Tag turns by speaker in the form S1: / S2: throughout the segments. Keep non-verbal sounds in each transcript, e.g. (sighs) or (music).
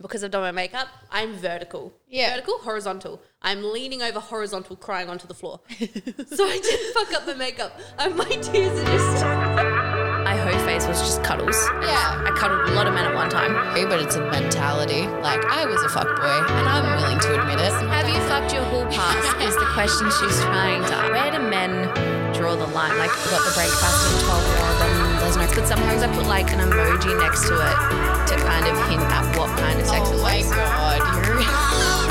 S1: because I've done my makeup, I'm vertical.
S2: Yeah.
S1: Vertical, horizontal. I'm leaning over horizontal, crying onto the floor. (laughs) so I did fuck up the makeup. And my tears are just. My whole face was just cuddles.
S2: Yeah.
S1: I cuddled a lot of men at one time.
S2: But it's a mentality. Like, I was a fuckboy, and I'm willing to admit
S3: (laughs)
S2: it.
S4: Have you fucked your whole (laughs) past? is the question she's trying to ask. Where do men draw the line? Like, I've got the breakfast at 12 year old and there's no. But sometimes I put like an emoji next to it to kind of hint at what kind of sex it was. (laughs)
S2: god, you're.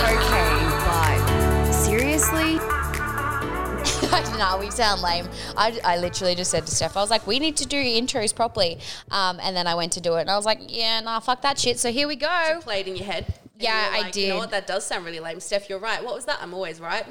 S4: Okay, like, seriously?
S3: nah, we sound lame. I, I literally just said to Steph, I was like, we need to do intros properly. Um, and then I went to do it and I was like, yeah, nah, fuck that shit. So here we go.
S1: Played in your head. And
S3: Yeah,
S1: you were
S3: I
S1: like, You know
S3: did.
S1: what? That does sound really lame. Steph, you're right. What was that? I'm always right.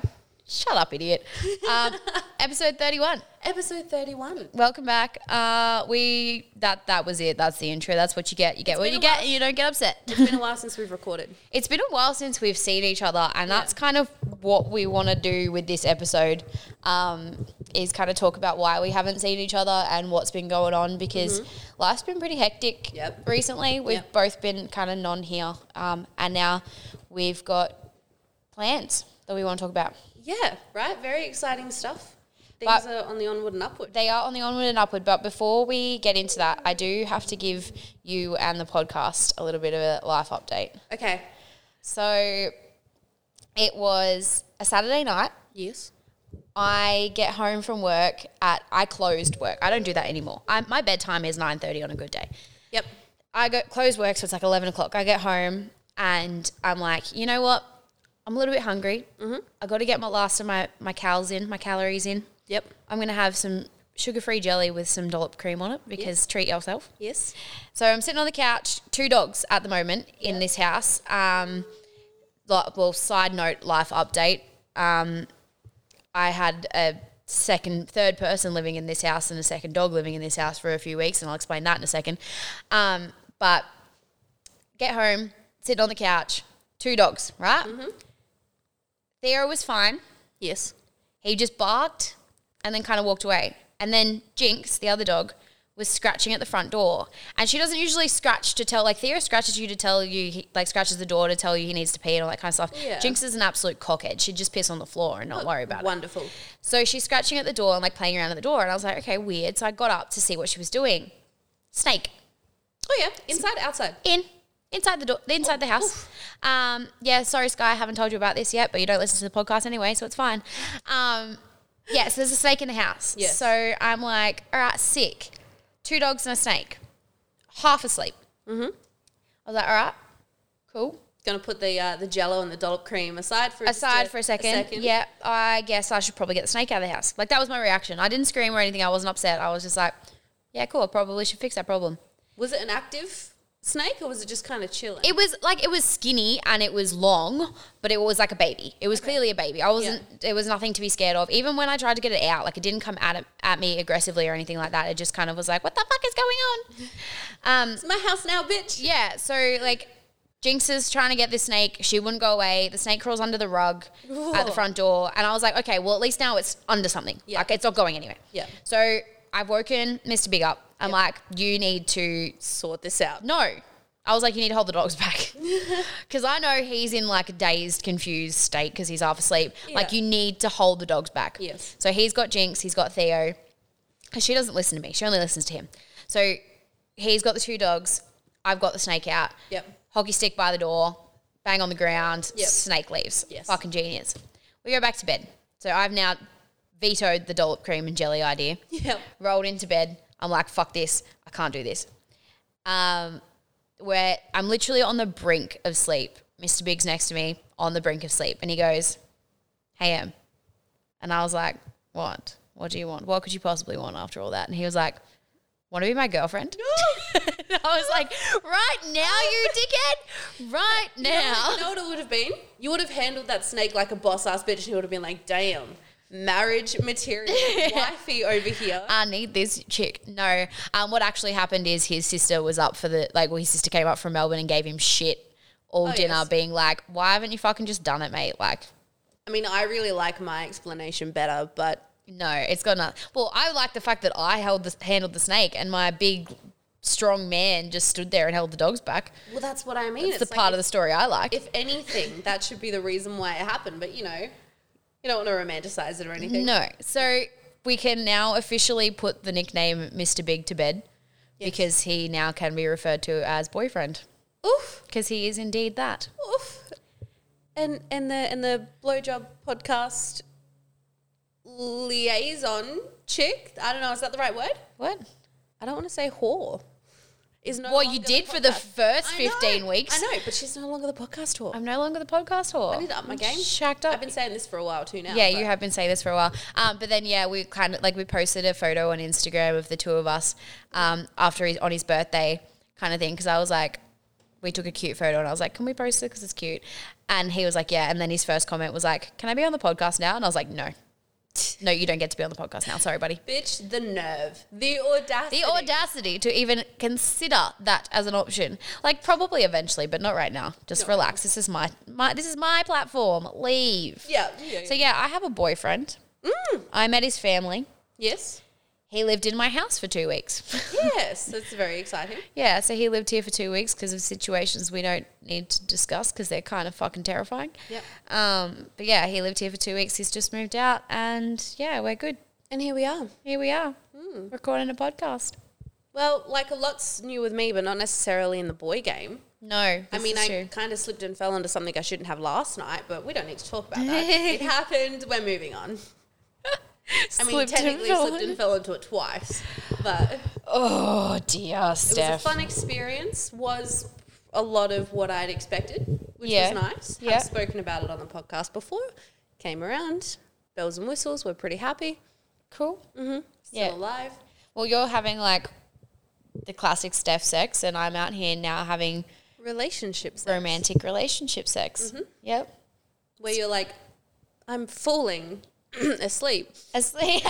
S3: Shut up, idiot. Um, episode 31.
S1: Episode 31.
S3: Welcome back. Uh, we that that was it. That's the intro. That's what you get. You get what
S1: been
S3: you
S1: a
S3: get.
S1: while.
S3: and You don't get upset.
S1: It's been a while since we've recorded.
S3: it's been a while since we've seen each other, and that's kind of what we want to do with this episode. Um, is kind of talk about why we haven't seen each other and what's been going on because life's been pretty hectic
S1: Mm-hmm. Yep.
S3: recently. We've
S1: Yep.
S3: both been kind of non here, um, and now we've got plans that we want to talk about.
S1: Yeah, right? Very exciting stuff. Things
S3: But-
S1: are on the onward and upward.
S3: They are on the onward and upward, but before we get into that, I do have to give you and the podcast a little bit of a life update.
S1: Okay.
S3: So it was a Saturday night.
S1: Yes.
S3: I get home from work at I closed work. I don't do that anymore. I, my bedtime is nine thirty on a good day.
S1: Yep.
S3: I go close work, so it's like eleven o'clock. I get home and I'm like, you know what? I'm a little bit hungry. Mm-hmm. I got to get my last of my my cals in, my calories in.
S1: Yep.
S3: I'm gonna have some sugar-free jelly with some dollop cream on it because treat yourself.
S1: Yes.
S3: So I'm sitting on the couch, two dogs at the moment in this house. Um, li- well, side note, life update. Um, I had a second, third person living in this house and a second dog living in this house for a few weeks, and I'll explain that in a second. Um, but get home, sitting on the couch, two dogs, right? Theo was fine.
S1: Yes.
S3: He just barked and then kind of walked away. And then Jinx, the other dog, was scratching at the front door. And she doesn't usually scratch to tell, like, Theo scratches you to tell you, he, like, scratches the door to tell you he needs to pee and all that kind of stuff.
S1: Yeah.
S3: Jinx is an absolute cockhead. She'd just piss on the floor and not worry about it.
S1: Wonderful.
S3: So she's scratching at the door and, like, playing around at the door. And I was like, okay, weird. So I got up to see what she was doing. Snake
S1: Oh yeah, inside, outside.
S3: in inside the door inside the house um, yeah sorry sky i haven't told you about this yet but you don't listen to the podcast anyway so it's fine um, yeah so there's a snake in the house
S1: Yes.
S3: so i'm like all right sick two dogs and a snake half asleep mm-hmm. i was like all right cool
S1: Gonna put the uh, the Jello and the dollop cream aside for
S3: aside
S1: just
S3: for a second, yeah i guess i should probably get the snake out of the house like that was my reaction i didn't scream or anything i wasn't upset i was just like yeah cool I probably should fix that problem
S1: Was it an active snake or was it just kind of chilling?
S3: it was like it was skinny and it was long, but it was like a baby. It was clearly a baby. I wasn't. It was nothing to be scared of. Even when I tried to get it out, like it didn't come at it, at me aggressively or anything like that. It just kind of was like, "What the fuck is going on?" Um,
S1: it's my house now, bitch.
S3: yeah. So like, Jinx is trying to get this snake. She wouldn't go away. The snake crawls under the rug at the front door, and I was like, "Okay, well at least now it's under something.
S1: Yeah.
S3: Like it's not going anywhere."
S1: Yeah.
S3: So I've woken Mr. Big up. I'm like, "You need to
S1: Sort this out.
S3: no. I was like, you need to hold the
S1: (laughs)
S3: dogs back. Because I know he's in like a dazed, confused state because he's half asleep. Like,
S1: Yeah.
S3: you need to hold the dogs back.
S1: Yes.
S3: So he's got Jinx, he's got Theo. 'Cause she doesn't listen to me, she only listens to him. So he's got the two dogs. I've got the snake out.
S1: Yep.
S3: Hockey stick by the door, bang on the ground,
S1: Yep.
S3: snake leaves.
S1: Yes.
S3: Fucking genius. We go back to bed. So I've now vetoed the dollop cream and jelly idea
S1: (laughs) Yeah.
S3: rolled into bed. I'm like, fuck this. I can't do this. Um, where I'm literally on the brink of sleep. Mr. Big's next to me on the brink of sleep. And he goes, Hey, Em. And I was like, What? What do you want? What could you possibly want after all that? And he was like, Want to be my girlfriend? (laughs) And I was like, Right now, you dickhead. Right
S1: You
S3: now.
S1: know what it would have been? You would have handled that snake like a boss ass bitch, and he would have been like, "Damn, marriage material, wifey over here."
S3: I need this chick. No. Um, what actually happened is his sister was up for the like. Well, his sister came up from Melbourne and gave him shit all dinner,
S1: yes.
S3: being like, "Why haven't you fucking just done it, mate?" Like,
S1: I mean, I really like my explanation better, but
S3: no, it's got nothing. Well, I like the fact that I held the handled the snake, and my big strong man just stood there and held the dogs back.
S1: Well, that's what I mean.
S3: It's, the part of the story I like.
S1: If anything, that should be the reason why it happened. But you know, you don't want to romanticize it or anything.
S3: no, so we can now officially put the nickname Mr. Big to bed because he now can be referred to as boyfriend
S1: Oof,
S3: because he is indeed that.
S1: oof. And and the and the blowjob podcast liaison chick. I don't know. Is that the right word?
S3: What?
S1: I don't want to say whore. Is no.
S3: Well, you
S1: longer
S3: did for the
S1: podcast.
S3: first
S1: I know,
S3: 15 weeks.
S1: I know, but she's no longer the podcast whore.
S3: I'm no longer the podcast whore.
S1: I need to up my game.
S3: Shacked up.
S1: I've been saying this for a while too now.
S3: Yeah,
S1: but-
S3: you have been saying this for a while. Um, but then, yeah, we kind of like we posted a photo on Instagram of the two of us um, after his, on his birthday, kind of thing. Because I was like, we took a cute photo, and I was like, can we post it because it's cute? And he was like, yeah. And then his first comment was like, can I be on the podcast now? And I was
S1: (laughs)
S3: like, no, no, you don't get to be on the podcast now. Sorry, buddy.
S1: Bitch, the nerve, the audacity.
S3: The audacity to even consider that as an option, like probably eventually, but not right now. Just relax. This is my my this is my platform. Leave.
S1: Yeah. yeah,
S3: So
S1: yeah.
S3: yeah, I have a boyfriend.
S1: Mm.
S3: I met his family.
S1: yes.
S3: He lived in my house for two weeks. (laughs)
S1: Yes, that's very exciting.
S3: yeah, so he lived here for two weeks because of situations we don't need to discuss because they're kind of fucking terrifying.
S1: Yep.
S3: Um, but yeah, he lived here for two weeks. He's just moved out, and yeah, we're good.
S1: And here we are.
S3: Here we are
S1: Mm.
S3: recording a podcast.
S1: Well, like a lot's new with me, but not necessarily in the boy game.
S3: No,
S1: I mean, I kind of slipped and fell into something I shouldn't have last night, but we don't need to talk about that. it happened. We're moving on. I mean, technically slipped and fell into it twice, but
S3: (laughs) Oh dear,
S1: it was a
S3: Steph.
S1: fun experience. Was a lot of what I'd expected, which
S3: Yeah.
S1: was nice.
S3: Yeah.
S1: I've spoken about it on the podcast before. Came around, bells and whistles. We're pretty happy.
S3: Cool.
S1: Still
S3: Yeah.
S1: alive.
S3: Well, you're having like the classic Steph sex, and I'm out here now having
S1: Relationships though,
S3: romantic relationship sex. Yep.
S1: where you're like, I'm falling (clears throat) asleep.
S3: (laughs) Asleep.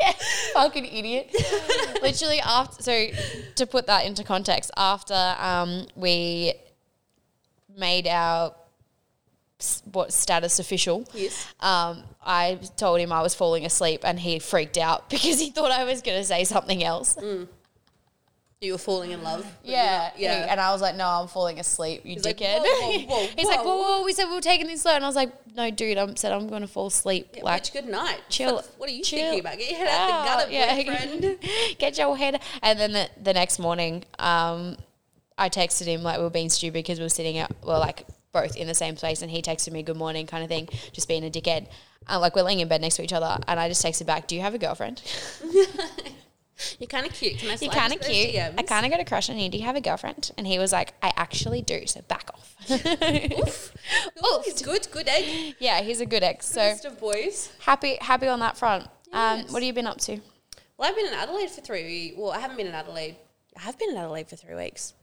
S3: yeah, fucking idiot. Literally after, so to put that into context, after um, we made our s- what status official,
S1: Yes.
S3: um, I told him I was falling asleep, and he freaked out (laughs) because he thought I was going to say something else.
S1: You were falling in love.
S3: Yeah,
S1: yeah.
S3: And I was like, "No, I'm falling asleep, you
S1: He's like,
S3: dickhead." (laughs)
S1: "Whoa, whoa, whoa,
S3: He's like,
S1: whoa."
S3: "Whoa, whoa, whoa!" We said we were taking things slow, and I was like, "No, dude, I'm said I'm going to fall asleep."
S1: Yeah,
S3: like,
S1: bitch, good night.
S3: chill-
S1: What, what are you
S3: chill Ah,
S1: thinking about? Get your head out the gutter,
S3: (laughs)
S1: boyfriend.
S3: Get your head. And then the, the next morning, um, I texted him like we were being stupid because we were sitting out, well, like both in the same place, and he texted me good morning kind of thing, just being a dickhead. Uh, like we're laying in bed next to each other, and I just texted back, "Do you have a girlfriend?
S1: You're kind of cute. Can I slide
S3: You're kind of
S1: into those
S3: cute. I
S1: DMs?
S3: kind of got a crush on you. Do you have a girlfriend?" And he was like, "I actually do. So back off."
S1: Ooh, he's good. Good egg.
S3: (laughs) yeah, he's a good ex. (laughs) So
S1: Best of boys.
S3: happy, happy on that front. Um,
S1: Yes.
S3: what have you been up to?
S1: Well, I've been in Adelaide for three. Well, I haven't been in Adelaide. I have been in Adelaide for three weeks.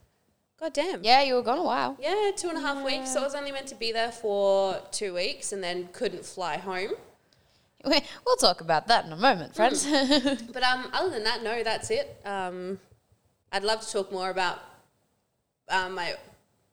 S1: God damn.
S3: Yeah, you were gone a while.
S1: Yeah, two and a half weeks. So I was only meant to be there for two weeks, and then couldn't fly home.
S3: (laughs) We'll talk about that in a moment, (laughs) friends.
S1: But um, other than that, no, that's it. Um, I'd love to talk more about um, my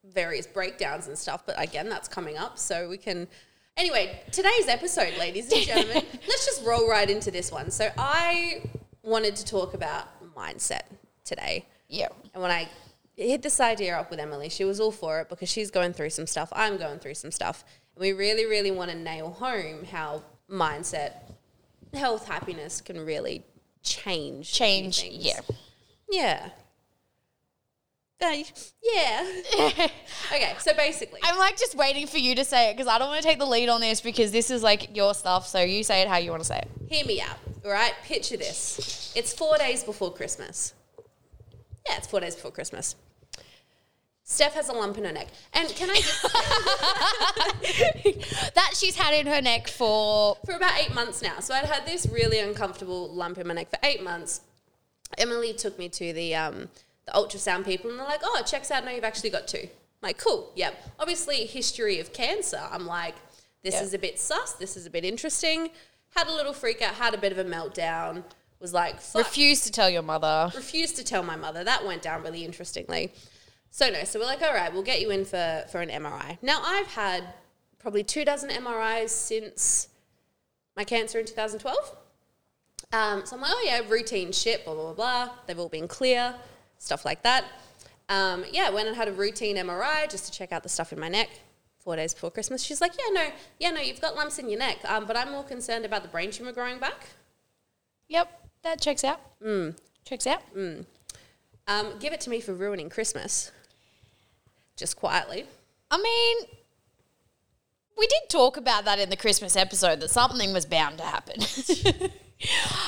S1: various breakdowns and stuff, but again, that's coming up, so we can. Anyway, today's episode, ladies and gentlemen, let's just roll right into this one. So I wanted to talk about mindset today.
S3: yeah.
S1: And when I hit this idea up with Emily, she was all for it because she's going through some stuff. I'm going through some stuff. And we really, really want to nail home how mindset, health, happiness can really change. a few
S3: Change.
S1: things.
S3: Yeah.
S1: Yeah. Uh, yeah.
S3: (laughs)
S1: okay, so basically.
S3: I'm like just waiting for you to say it because I don't want to take the lead on this because this is like your stuff. So you say it how you want to say it.
S1: hear me out, all right? Picture this. It's four days before Christmas. Yeah, it's four days before Christmas. Steph has a lump in her neck. And can I just,
S3: (laughs) That she's had in her neck for
S1: for about eight months now. So I'd had this really uncomfortable lump in my neck for eight months. Emily took me to the um, the ultrasound people, and they're like, "Oh, it checks out. No, you've actually got two. I'm like, cool. Yep. Obviously, history of cancer. I'm like, this
S3: Yeah.
S1: is a bit sus. This is a bit interesting. Had a little freak out. Had a bit of a meltdown. Was like, fuck.
S3: refused to tell your mother.
S1: refused to tell my mother. That went down really interestingly. So no, so we're like, all right, we'll get you in for for an MRI. Now I've had probably two dozen MRIs since my cancer in 2012. Um, so I'm like, oh yeah, routine shit, blah, blah, blah, blah. They've all been clear, stuff like that. Um, yeah, went and had a routine MRI just to check out the stuff in my neck four days before Christmas. She's like, yeah, no, yeah, no, you've got lumps in your neck, um, but I'm more concerned about the brain tumor growing back.
S3: Yep, that checks out. Mm. Checks out.
S1: Um, give it to me for ruining Christmas, just quietly.
S3: I mean, we did talk about that in the Christmas episode that something was bound to happen. (laughs)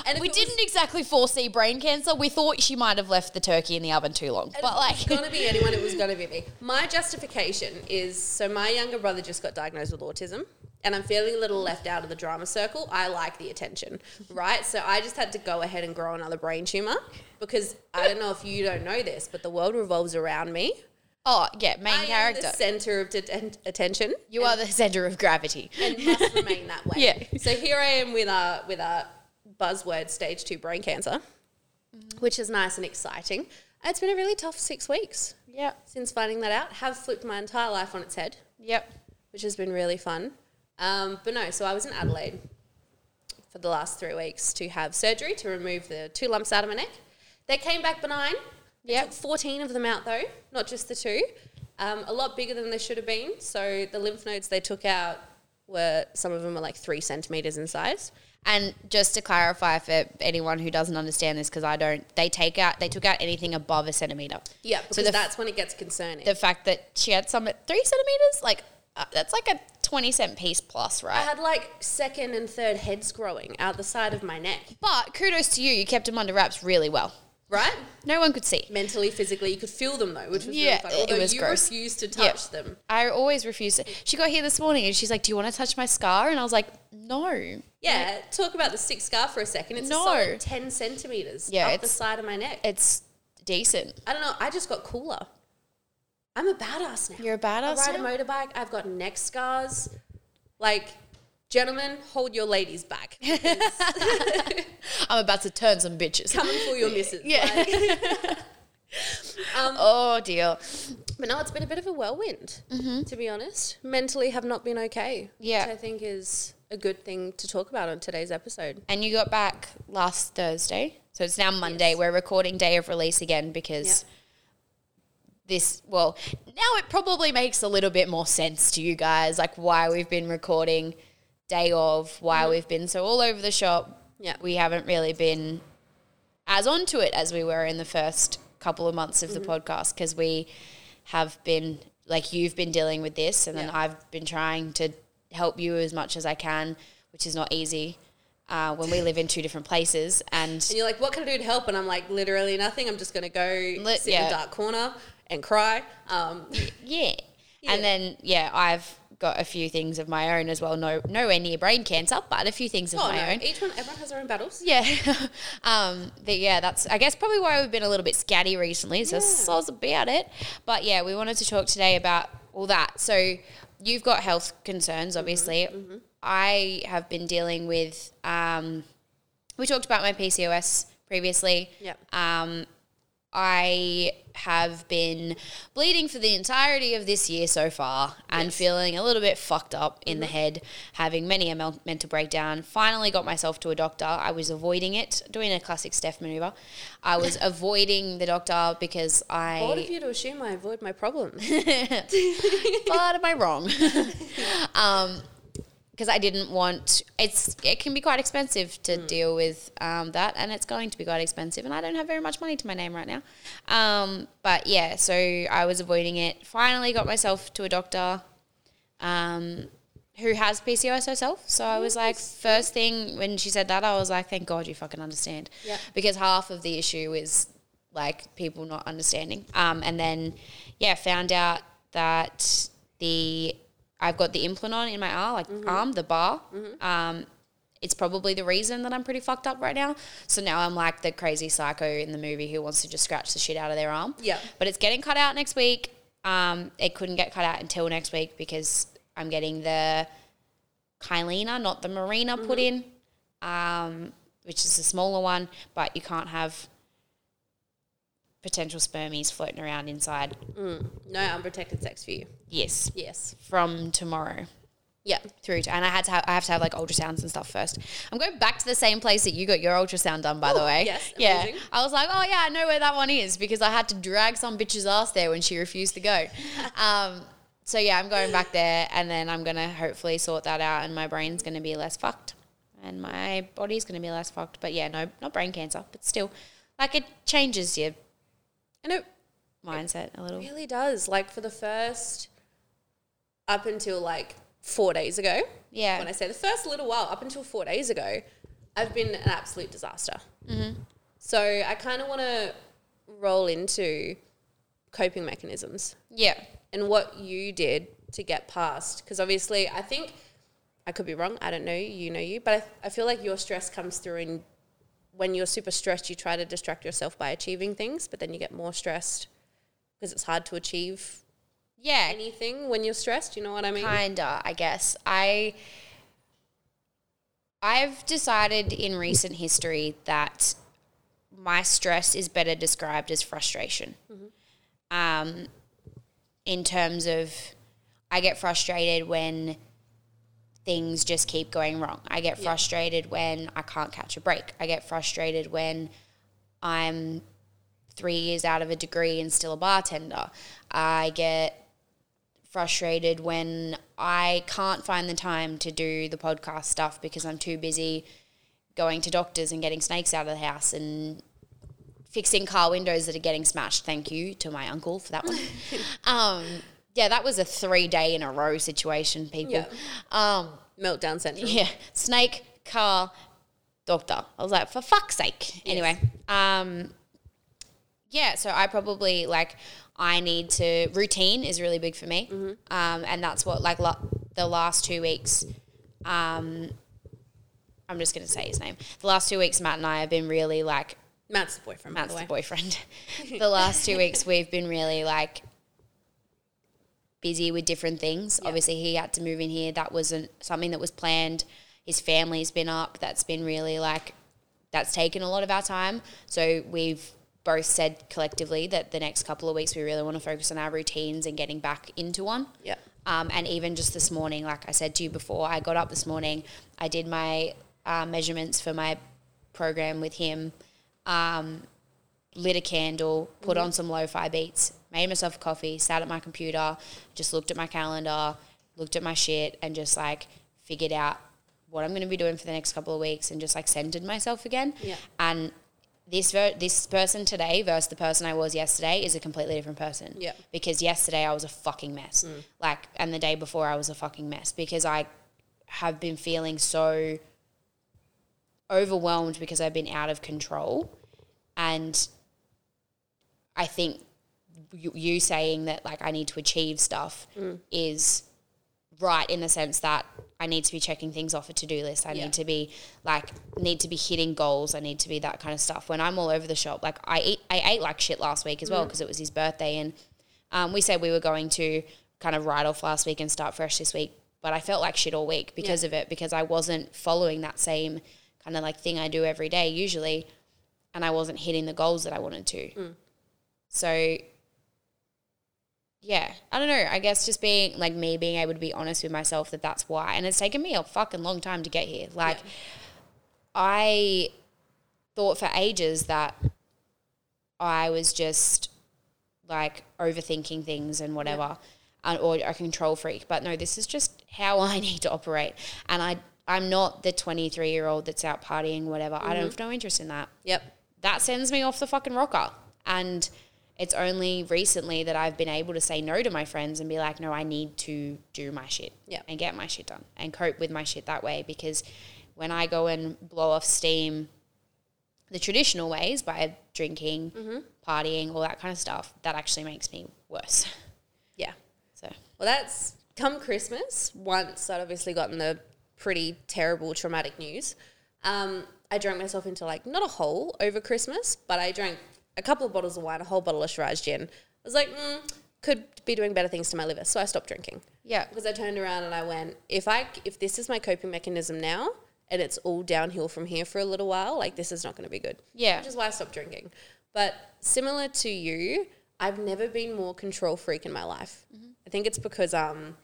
S1: And if
S3: we
S1: it was-
S3: didn't exactly foresee brain cancer. We thought she might have left the turkey in the oven too long. But
S1: If it was
S3: like,
S1: gonna be anyone, it was gonna be me. My justification is so my younger brother just got diagnosed with autism, and I'm feeling a little left out of the drama circle. I like the attention, right? So I just had to go ahead and grow another brain tumor because I don't know if you don't know this, but the world revolves around me.
S3: (laughs) oh yeah, main
S1: I am
S3: character.
S1: the center of det- attention
S3: you are the center of gravity.
S1: (laughs) and must remain that way.
S3: Yeah.
S1: So here I am with a with a buzzword stage two brain cancer, which is nice and exciting. It's been a really tough six weeks
S3: Yep.
S1: since finding that out. Have flipped my entire life on its head,
S3: Yep.
S1: which has been really fun. Um, but no, so I was in Adelaide for the last three weeks to have surgery to remove the two lumps out of my neck. They came back benign. They
S3: Yep.
S1: took 14 of them out though, not just the two. Um, a lot bigger than they should have been. So the lymph nodes they took out were, some of them were like three centimeters in size.
S3: And just to clarify for anyone who doesn't understand this, because I don't, they take out, they took out anything above a centimeter.
S1: Yeah, because
S3: the f-
S1: that's when it gets concerning.
S3: The fact that she had some at three centimeters, like uh, that's like a twenty cent piece plus,
S1: I
S3: right?
S1: had like second and third heads growing out the side of my neck,
S3: but kudos to you, you kept them under wraps really well.
S1: right?
S3: No one could see.
S1: mentally, physically, you could feel them though, which was
S3: Yeah,
S1: really fun.
S3: it
S1: Although
S3: was
S1: you
S3: gross.
S1: refused to
S3: Yeah.
S1: touch them.
S3: I always refuse to. She got here this morning and she's like, "Do you want to touch my scar?" And I was like, "No."
S1: Yeah, talk about the stick scar for a second. It's
S3: No.
S1: a solid ten centimeters
S3: Yeah,
S1: up the
S3: it's-
S1: side of my neck.
S3: It's decent.
S1: I don't know. I just got cooler. I'm a badass now.
S3: You're a badass
S1: I ride
S3: now?
S1: a motorbike. I've got neck scars. Like, gentlemen, hold your ladies
S3: (laughs)
S1: back.
S3: I'm about to turn some bitches.
S1: Coming for your misses.
S3: Yeah. (laughs)
S1: Like, (laughs) Um,
S3: Oh dear.
S1: but no, it's been a bit of a whirlwind, to be honest. Mentally, have not been okay.
S3: Mm-hmm. Yeah.
S1: Which I think is a good thing to talk about on today's episode.
S3: And you got back last Thursday. So it's now Monday. We're recording day of release again because
S1: Yeah.
S3: this, well, now it probably makes a little bit more sense to you guys, like why we've been recording day of, why we've been so all over the shop.
S1: Yeah.
S3: We haven't really been as onto it as we were in the first couple of months of the
S1: Mm-hmm.
S3: podcast because we have been, like, you've been dealing with this and then
S1: Yeah.
S3: I've been trying to help you as much as I can, which is not easy uh, when we live in two different places.
S1: (laughs)
S3: And
S1: And you're like, what can I do to help? And I'm like, literally nothing. I'm just going to go sit in
S3: yeah.
S1: a dark corner and cry. Um,
S3: yeah. and then yeah, I've got a few things of my own as well. No, nowhere near brain cancer, but a few things of
S1: oh,
S3: my
S1: no.
S3: own.
S1: Each one, everyone has their own battles.
S3: (laughs) Yeah, um, but yeah, that's I guess probably why we've been a little bit scatty recently. So that's all about it. But yeah, we wanted to talk today about all that. So you've got health concerns, obviously. I have been dealing with. Um, we talked about my PCOS previously. Um,
S1: Yeah.
S3: I have been bleeding for the entirety of this year so far and feeling a little bit fucked up in the head, having many a mel- mental breakdown. Finally got myself to a doctor. I was avoiding it, doing a classic Steph maneuver. I was avoiding the doctor because
S1: Bold of
S3: I.
S1: you to assume I avoid my problems.
S3: (laughs) But am I wrong? (laughs) um, because I didn't want it's. It can be quite expensive to deal with um, that, and it's going to be quite expensive. And I don't have very much money to my name right now. Um, but yeah, so I was avoiding it. Finally, got myself to a doctor, um, who has PCOS herself. So I was like, first thing when she said that, I was like, thank God you fucking understand.
S1: Yeah.
S3: Because half of the issue is like people not understanding. Um, and then yeah, found out that the I've got the implant on in my arm, like arm, the bar. Um, it's probably the reason that I'm pretty fucked up right now. So now I'm like the crazy psycho in the movie who wants to just scratch the shit out of their arm.
S1: Yeah.
S3: But it's getting cut out next week. Um, it couldn't get cut out until next week because I'm getting the Kylina, not the Marina, put in, um, which is a smaller one, but you can't have potential spermies floating around inside.
S1: no unprotected sex for you.
S3: Yes,
S1: Yes.
S3: from tomorrow.
S1: Yeah.
S3: through to, and I had to have, I have to have like ultrasounds and stuff first. I'm going back to the same place that you got your ultrasound done, by the way.
S1: yes,
S3: yeah.
S1: amazing.
S3: I was like, oh yeah, I know where that one is because I had to drag some bitch's ass there when she refused
S1: (laughs)
S3: to go. um, so yeah, I'm going back there, and then I'm gonna hopefully sort that out, and my brain's gonna be less fucked, and my body's gonna be less fucked. But yeah, no, not brain cancer, but still, like it changes your
S1: And it
S3: mindset a little.
S1: really does. Like for the first, up until like four days ago.
S3: Yeah.
S1: When I say the first little while, up until four days ago, I've been an absolute disaster. Mm-hmm. So I kind of want to roll into coping mechanisms
S3: Yeah,
S1: and what you did to get past. Because obviously, I think I could be wrong. I don't know you. You know you, but I, I feel like your stress comes through in when you're super stressed. You try to distract yourself by achieving things, but then you get more stressed because it's hard to achieve
S3: yeah,
S1: anything when you're stressed. You know what I mean?
S3: kinda i guess i i've decided in recent history that my stress is better described as frustration um, in terms of i get frustrated when things just keep going wrong i get frustrated when i can't catch a break i get frustrated when i'm three years out of a degree and still a bartender i get frustrated when I can't find the time to do the podcast stuff because I'm too busy going to doctors and getting snakes out of the house and fixing car windows that are getting smashed. Thank you to my uncle for that one. um, yeah, that was a three day in a row situation, people.
S1: Yeah.
S3: Um,
S1: Meltdown central.
S3: yeah, snake, car, doctor. I was like, for fuck's sake. Anyway, um, yeah, so I probably like I need to routine is really big for me, um, and that's what like la- the last two weeks. Um, I'm just gonna say his name. The last two weeks, Matt and I have been really like
S1: Matt's the boyfriend. by
S3: Matt's the
S1: way.
S3: boyfriend. (laughs) the last two weeks, we've been really like busy with different things. Obviously, he had to move in here. That wasn't something that was planned. His family's been up. That's been really like, that's taken a lot of our time. So we've both said collectively that the next couple of weeks, we really want to focus on our routines and getting back into one.
S1: Yeah.
S3: Um, and even just this morning, like I said to you before, I got up this morning, I did my uh, measurements for my program with him, um, lit a candle, put on some lo fi beats, made myself a coffee, sat at my computer, just looked at my calendar, looked at my shit, and just like figured out what I'm going to be doing for the next couple of weeks and just like centered myself again.
S1: Yeah.
S3: And this ver- this person today versus the person I was yesterday is a completely different person.
S1: Yeah.
S3: Because yesterday I was a fucking mess. Like, and the day before I was a fucking mess because I have been feeling so overwhelmed because I've been out of control. And I think you, you saying that like I need to achieve stuff is right in the sense that I need to be checking things off a to do list. I
S1: Yeah.
S3: need to be like need to be hitting goals. I need to be that kind of stuff. When I'm all over the shop, like I eat, I ate like shit last week as well because it was his birthday, and um, we said we were going to kind of write off last week and start fresh this week. But I felt like shit all week because of it because I wasn't following that same kind of like thing I do every day usually, and I wasn't hitting the goals that I wanted to. So yeah, I don't know. I guess just being like me being able to be honest with myself that that's why. And it's taken me a fucking long time to get here. Like I thought for ages that I was just like overthinking things and whatever, and, or a control freak. But no, this is just how (laughs) I need to operate. And I, I'm not the 23 year old that's out partying, whatever. I don't have no interest in that
S1: Yep.
S3: that sends me off the fucking rocker. And it's only recently that I've been able to say no to my friends and be like, no, I need to do my shit
S1: Yeah.
S3: and get my shit done and cope with my shit that way. Because when I go and blow off steam the traditional ways by drinking, partying, all that kind of stuff, that actually makes me worse.
S1: Yeah.
S3: So,
S1: Well, that's come Christmas. Once I'd obviously gotten the pretty terrible traumatic news. Um, I drank myself into like not a hole over Christmas, but I drank a couple of bottles of wine, a whole bottle of Shiraz gin. I was like, mm, could be doing better things to my liver, so I stopped drinking.
S3: yeah.
S1: Because I turned around and I went, if I if this is my coping mechanism now, and it's all downhill from here for a little while, like this is not going to be good.
S3: Yeah.
S1: which is why I stopped drinking. But similar to you, I've never been more control freak in my life. I think it's because um,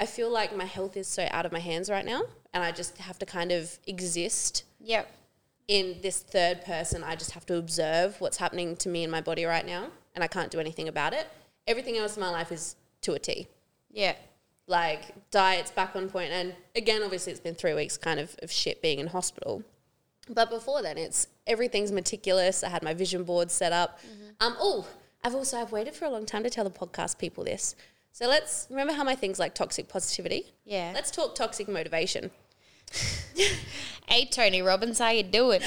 S1: I feel like my health is so out of my hands right now, and I just have to kind of exist
S3: Yep.
S1: in this third person. I just have to observe what's happening to me in my body right now, and I can't do anything about it. Everything else in my life is to a T.
S3: Yeah.
S1: Like diet's back on point, and again, obviously, it's been three weeks kind of of shit being in hospital. But before then, it's everything's meticulous. I had my vision board set up. Um, oh, I've also I've waited for a long time to tell the podcast people this. So let's remember how my things like toxic positivity.
S3: Yeah.
S1: Let's talk toxic motivation.
S3: Hey, Tony Robbins, how you doing?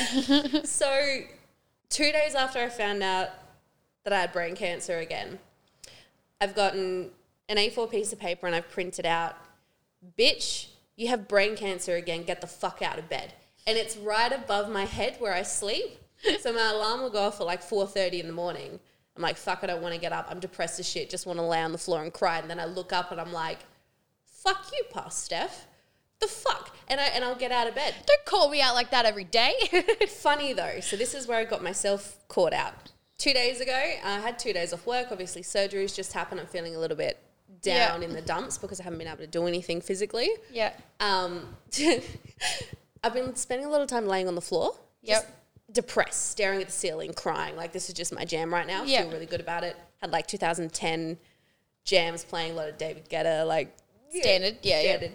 S1: So, two days after I found out that I had brain cancer again, I've gotten an A4 piece of paper and I've printed out, bitch, you have brain cancer again, get the fuck out of bed. And it's right above my head where I sleep. So my alarm will go off at like 4.30 in the morning. I'm like, fuck, I don't want to get up. I'm depressed as shit, just want to lay on the floor and cry. And then I look up and I'm like, fuck you, past Steph. The fuck? And, I, and I'll get out of bed
S3: Don't call me out like that every day. (laughs)
S1: (laughs) funny though. So this is where I got myself caught out. Two days ago, I had two days off work. Obviously, surgeries just happened. I'm feeling a little bit down in the dumps because I haven't been able to do anything physically.
S3: yeah.
S1: Um, (laughs) I've been spending a lot of time laying on the floor. just
S3: Yep.
S1: Depressed, staring at the ceiling, crying. Like this is just my jam right now.
S3: Yeah.
S1: Feel really good about it. Had like 2010 jams playing a lot of David Guetta, like
S3: Standard. Yeah, yeah.
S1: standard.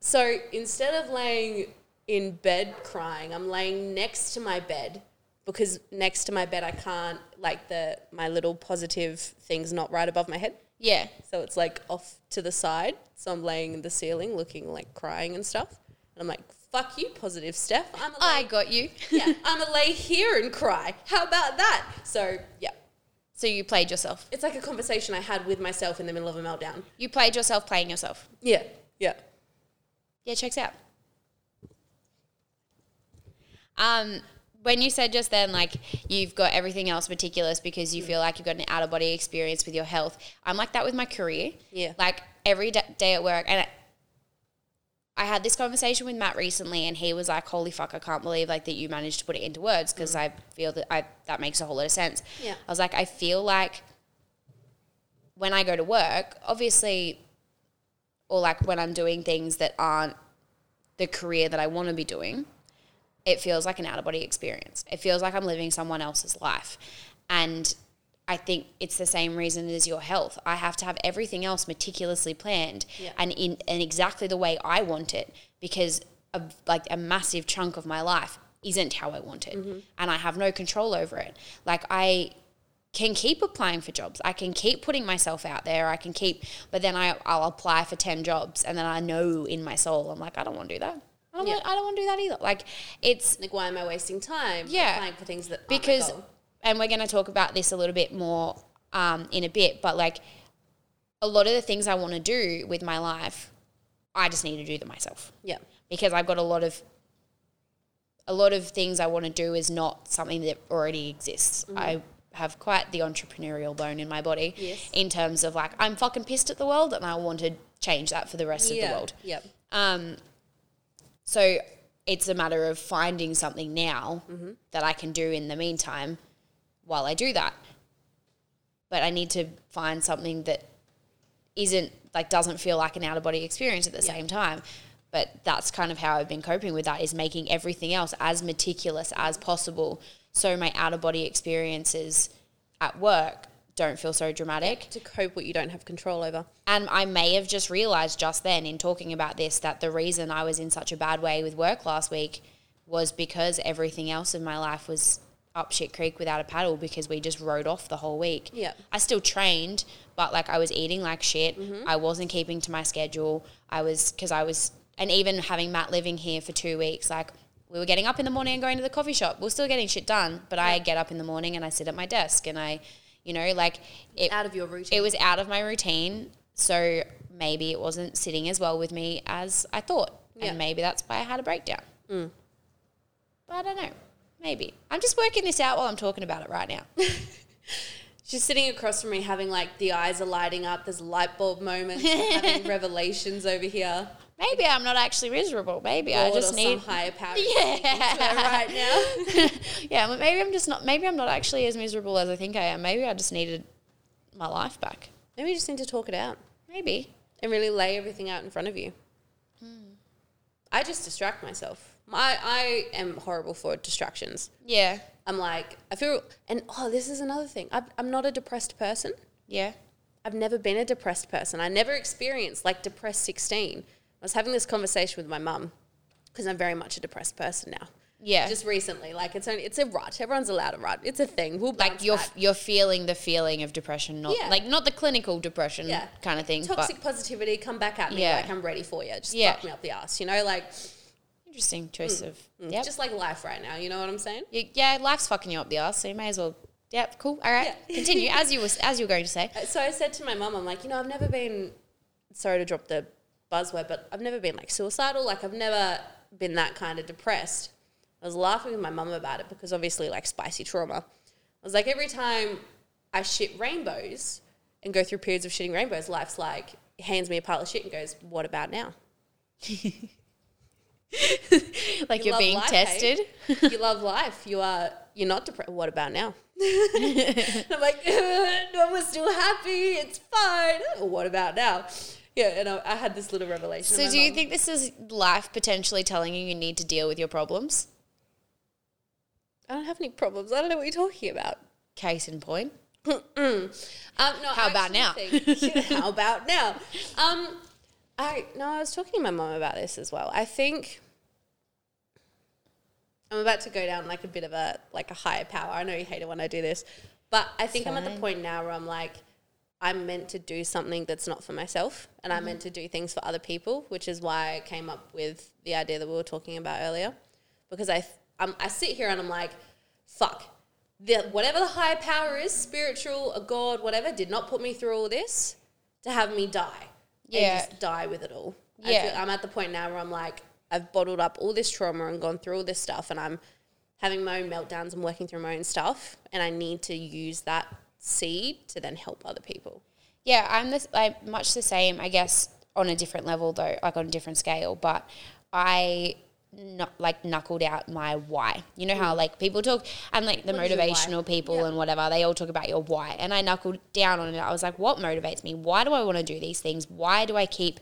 S1: So instead of laying in bed crying, I'm laying next to my bed because next to my bed I can't like the my little positive thing's not right above my head.
S3: Yeah.
S1: So it's like off to the side. So I'm laying in the ceiling looking like crying and stuff. And I'm like, fuck you, positive Steph. I'm gonna
S3: I
S1: lay,
S3: got you.
S1: yeah, I'm gonna lay here and cry. How about that? So yeah.
S3: So you played yourself.
S1: It's like a conversation I had with myself in the middle of a meltdown.
S3: You played yourself playing yourself.
S1: Yeah. Yeah.
S3: Yeah, checks out. Um, when you said just then, like you've got everything else meticulous because you feel like you've got an out of body experience with your health. I'm like that with my career.
S1: Yeah.
S3: Like every da- day at work, and I, I had this conversation with Matt recently, and he was like, "Holy fuck, I can't believe like that you managed to put it into words because I feel that I that makes a whole lot of sense."
S1: Yeah.
S3: I was like, I feel like when I go to work, obviously, or like when I'm doing things that aren't the career that I want to be doing, it feels like an out of body experience. It feels like I'm living someone else's life. And I think it's the same reason as your health. I have to have everything else meticulously planned
S1: Yeah.
S3: and in and exactly the way I want it because a, like a massive chunk of my life isn't how I want it and I have no control over it. Like I can keep applying for jobs. I can keep putting myself out there. I can keep, but then I, I'll apply for 10 jobs and then I know in my soul, I'm like, I don't want to do that. I don't,
S1: Yeah.
S3: want, I don't want to do that either. Like it's
S1: Like why am I wasting time
S3: Yeah.
S1: applying for things that aren't my
S3: because,
S1: goal?
S3: and we're going to talk about this a little bit more um, in a bit, but like a lot of the things I want to do with my life, I just need to do them myself
S1: Yeah.
S3: because I've got a lot of a lot of things I want to do is not something that already exists. I have quite the entrepreneurial bone in my body
S1: Yes.
S3: in terms of like I'm fucking pissed at the world and I want to change that for the rest of the world.
S1: Yep.
S3: Um, so it's a matter of finding something now that I can do in the meantime while I do that. But I need to find something that isn't like doesn't feel like an out of body experience at the same time. But that's kind of how I've been coping with that is making everything else as meticulous as possible. So my out of body experiences at work don't feel so dramatic.
S1: To cope what you don't have control over.
S3: And I may have just realized just then in talking about this that the reason I was in such a bad way with work last week was because everything else in my life was up shit creek without a paddle because we just rode off the whole week.
S1: Yeah.
S3: I still trained, but like I was eating like shit. I wasn't keeping to my schedule. I was because I was, and even having Matt living here for two weeks, like we were getting up in the morning and going to the coffee shop. We're still getting shit done, but I get up in the morning and I sit at my desk and I, you know, like it,
S1: Out of your routine.
S3: it was out of my routine, so maybe it wasn't sitting as well with me as I thought,
S1: Yeah. Mm.
S3: and maybe that's why I had a breakdown. But I don't know. Maybe I'm just working this out while I'm talking about it
S1: (laughs)
S3: right now.
S1: She's sitting across from me having like the eyes are lighting up, there's light bulb moments,
S3: (laughs)
S1: having revelations over here.
S3: maybe I'm not actually miserable. Maybe I
S1: Bored
S3: just
S1: or
S3: need.
S1: some higher power
S3: (laughs) Yeah.
S1: (laughs) right
S3: (laughs)
S1: now.
S3: yeah, but maybe I'm just not. Maybe I'm not actually as miserable as I think I am. Maybe I just needed my life back.
S1: Maybe you just need to talk it out.
S3: Maybe.
S1: and really lay everything out in front of you.
S3: Hmm.
S1: I just distract myself. I, I am horrible for distractions.
S3: Yeah.
S1: I'm like, I feel, and oh, this is another thing. I'm, I'm not a depressed person.
S3: Yeah.
S1: I've never been a depressed person. I never experienced like depressed 16. I was having this conversation with my mum because I'm very much a depressed person now.
S3: Yeah.
S1: Just recently, like it's only it's a rut. Everyone's allowed a rut. It's a thing. We'll
S3: like
S1: bounce
S3: you're
S1: back.
S3: you're feeling the feeling of depression, not
S1: Yeah.
S3: like not the clinical depression
S1: Yeah.
S3: kind of thing.
S1: toxic
S3: But
S1: positivity. Come back at me
S3: Yeah.
S1: like I'm ready for you. Just
S3: Yeah.
S1: fuck me up the ass. You know, like
S3: interesting choice of yep.
S1: Mm. just like life right now. You know what I'm saying?
S3: You- yeah, life's fucking you up the ass, so you may as well. Yep, cool. All right,
S1: Yeah.
S3: continue as you was as you were going to say.
S1: Uh, So I said to my mum, I'm like, you know, I've never been, sorry to drop the buzzword, but I've never been like suicidal. Like, I've never been that kind of depressed. I was laughing with my mum about it because obviously, like, spicy trauma. I was like, every time I shit rainbows and go through periods of shitting rainbows, life's like, hands me a pile of shit and goes, what about now? (laughs)
S3: Like
S1: You
S3: you are
S1: love
S3: being
S1: life, eh?
S3: tested.
S1: you love life. You are, you're not depressed. What about
S3: (laughs)
S1: now? (laughs) I'm like, (laughs) no, we're still happy. It's fine. Oh, What about now? Yeah, and I, I had this little revelation.
S3: So
S1: in my
S3: do you
S1: mum.
S3: think this is life potentially telling you you need to deal with your problems?
S1: I don't have any problems. I don't know what you're talking about.
S3: Case in point.
S1: Um, no,
S3: How
S1: I
S3: about
S1: actually think- (laughs) how about now? Um, I no, I was talking to my mum about this as well. I think I'm about to go down like a bit of a like a higher power. I know you hate it when I do this, but I think I'm at the
S3: fine.
S1: point now where I'm like, I'm meant to do something that's not for myself, and I'm meant to do things for other people, which is why I came up with the idea that we were talking about earlier. Because I um, I sit here and I'm like, fuck, the, whatever the higher power is, spiritual, a god, whatever, did not put me through all this to have me die.
S3: Yeah.
S1: And just die with it all. I
S3: Yeah.
S1: feel- I'm at the point now where I'm like, I've bottled up all this trauma and gone through all this stuff, and I'm having my own meltdowns and working through my own stuff, and I need to use that seed to then help other people.
S3: Yeah, I'm the, I'm much the same, I guess, on a different level though, like on a different scale. But I not like knuckled out my why. You know how like people talk and like the
S1: Mm. is your why?
S3: motivational people
S1: Yeah.
S3: and whatever, they all talk about your why. And I knuckled down on it. I was like, what motivates me? Why do I want to do these things? Why do I keep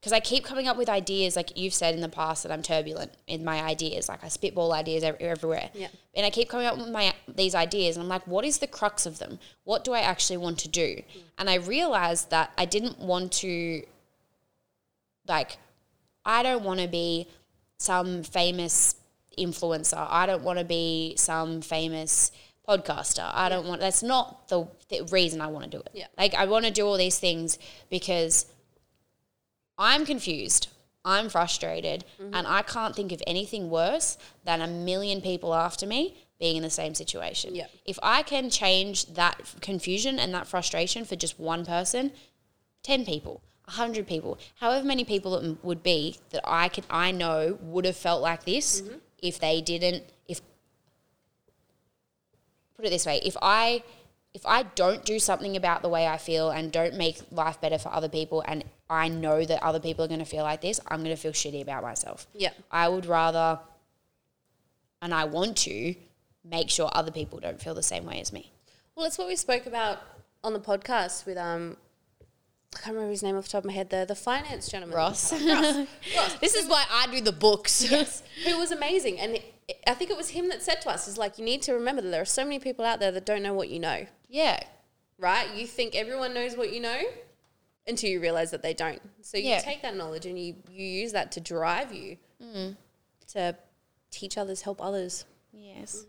S3: because I keep coming up with ideas, like you've said in the past, that I'm turbulent in my ideas. Like I spitball ideas ev- everywhere,
S1: Yeah.
S3: and I keep coming up with my these ideas, and I'm like, what is the crux of them? What do I actually want to do? And I realized that I didn't want to, like, I don't want to be some famous influencer. I don't want to be some famous podcaster. I don't want. That's not the, the reason I want to do it.
S1: Yeah.
S3: Like I want to do all these things because I'm confused. I'm frustrated, and I can't think of anything worse than a million people after me being in the same situation.
S1: Yeah.
S3: If I can change that f- confusion and that frustration for just one person, 10 people 100 people however many people it m- would be that i could i know would have felt like this if they didn't if put it this way if i if i don't do something about the way i feel and don't make life better for other people and i know that other people are going to feel like this i'm going to feel shitty about myself
S1: Yeah.
S3: i would rather and i want to make sure other people don't feel the same way as me
S1: Well, it's what we spoke about on the podcast with um, I can't remember his name off the top of my head. The the finance gentleman,
S3: ross (laughs)
S1: Ross.
S3: this is why i do the books
S1: Yes, who was amazing. And it, I think it was him that said to us, "Is like you need to remember that there are so many people out there that don't know what you know,
S3: yeah
S1: right? You think everyone knows what you know until you realize that they don't. So you
S3: Yeah.
S1: take that knowledge and you you use that to drive you
S3: Mm.
S1: to teach others, help others.
S3: Yes. Mm-hmm.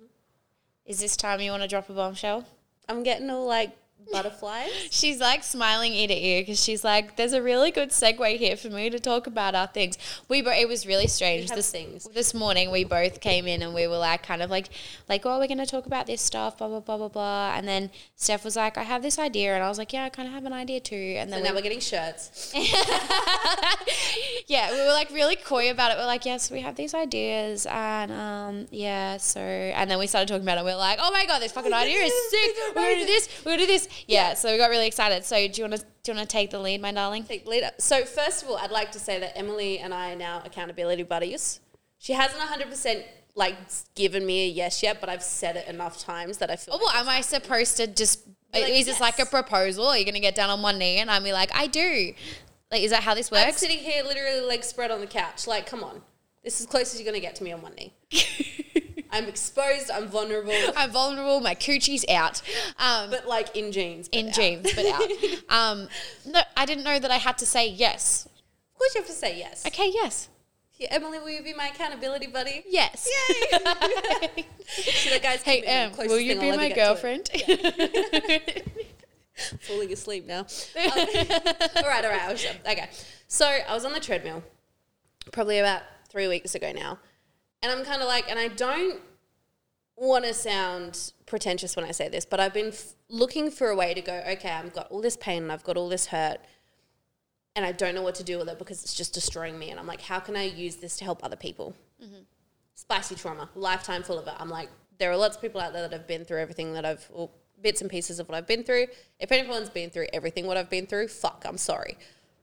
S3: Is this time you want to drop a bombshell?
S1: I'm getting all
S3: (laughs)
S1: like butterflies.
S3: She's like smiling ear to ear because she's like, "There's a really good segue here for me to talk about our things." We bo- it was really strange.
S1: have
S3: this
S1: things.
S3: this morning we both came in and we were like, kind of like, like, "Oh, we're going to talk about this stuff," blah blah blah blah blah. And then Steph was like, "I have this idea," and I was like, "Yeah, I kind of have an idea too." And then
S1: And
S3: we
S1: now we're getting shirts.
S3: yeah, we were like really coy about it. We're like, yes, we have these ideas, and um, yeah, so, and then we started talking about it. We're like, oh my god, this (laughs) fucking idea is sick. We're gonna do this. We're gonna do this. Yeah, so we got really excited. So do you want to do you want to take the lead, my darling?
S1: Take the lead up. So first of all, I'd like to say that Emily and I are now accountability buddies. She hasn't 100 percent like given me a yes yet, but I've said it enough times that I feel.
S3: Oh, well, am I supposed to just?
S1: like,
S3: is this like a
S1: yes.
S3: proposal? Are you gonna get down on one knee and I'm be like, I do. Like, is that how this
S1: I'm
S3: works?
S1: sitting here literally legs spread on the couch. Like, come on. This is close as you're going to get to me on one
S3: (laughs)
S1: knee. I'm exposed. I'm vulnerable.
S3: I'm vulnerable. My coochie's out. Um,
S1: But like in jeans. but
S3: in
S1: out.
S3: jeans, but (laughs) out. Um, no, I didn't know that I had to say yes.
S1: Of course you have to say yes.
S3: Okay, yes,
S1: Yeah, Emily, will you be my accountability buddy?
S3: yes.
S1: See that guy's
S3: Hey,
S1: coming in.
S3: Em,
S1: Closest
S3: will
S1: thing
S3: you be
S1: I'll ever
S3: my
S1: get to it.
S3: girlfriend? (laughs)
S1: falling asleep now. Um, (laughs) all right, all right. I was, okay. So I was on the treadmill probably about three weeks ago now. And I'm kind of like, and I don't want to sound pretentious when I say this, but I've been f- looking for a way to go, okay, I've got all this pain and I've got all this hurt. And I don't know what to do with it because it's just destroying me. And I'm like, how can I use this to help other people? spicy trauma, lifetime full of it. I'm like, there are lots of people out there that have been through everything that I've, or bits and pieces of what I've been through. If anyone's been through everything what I've been through, fuck, I'm sorry.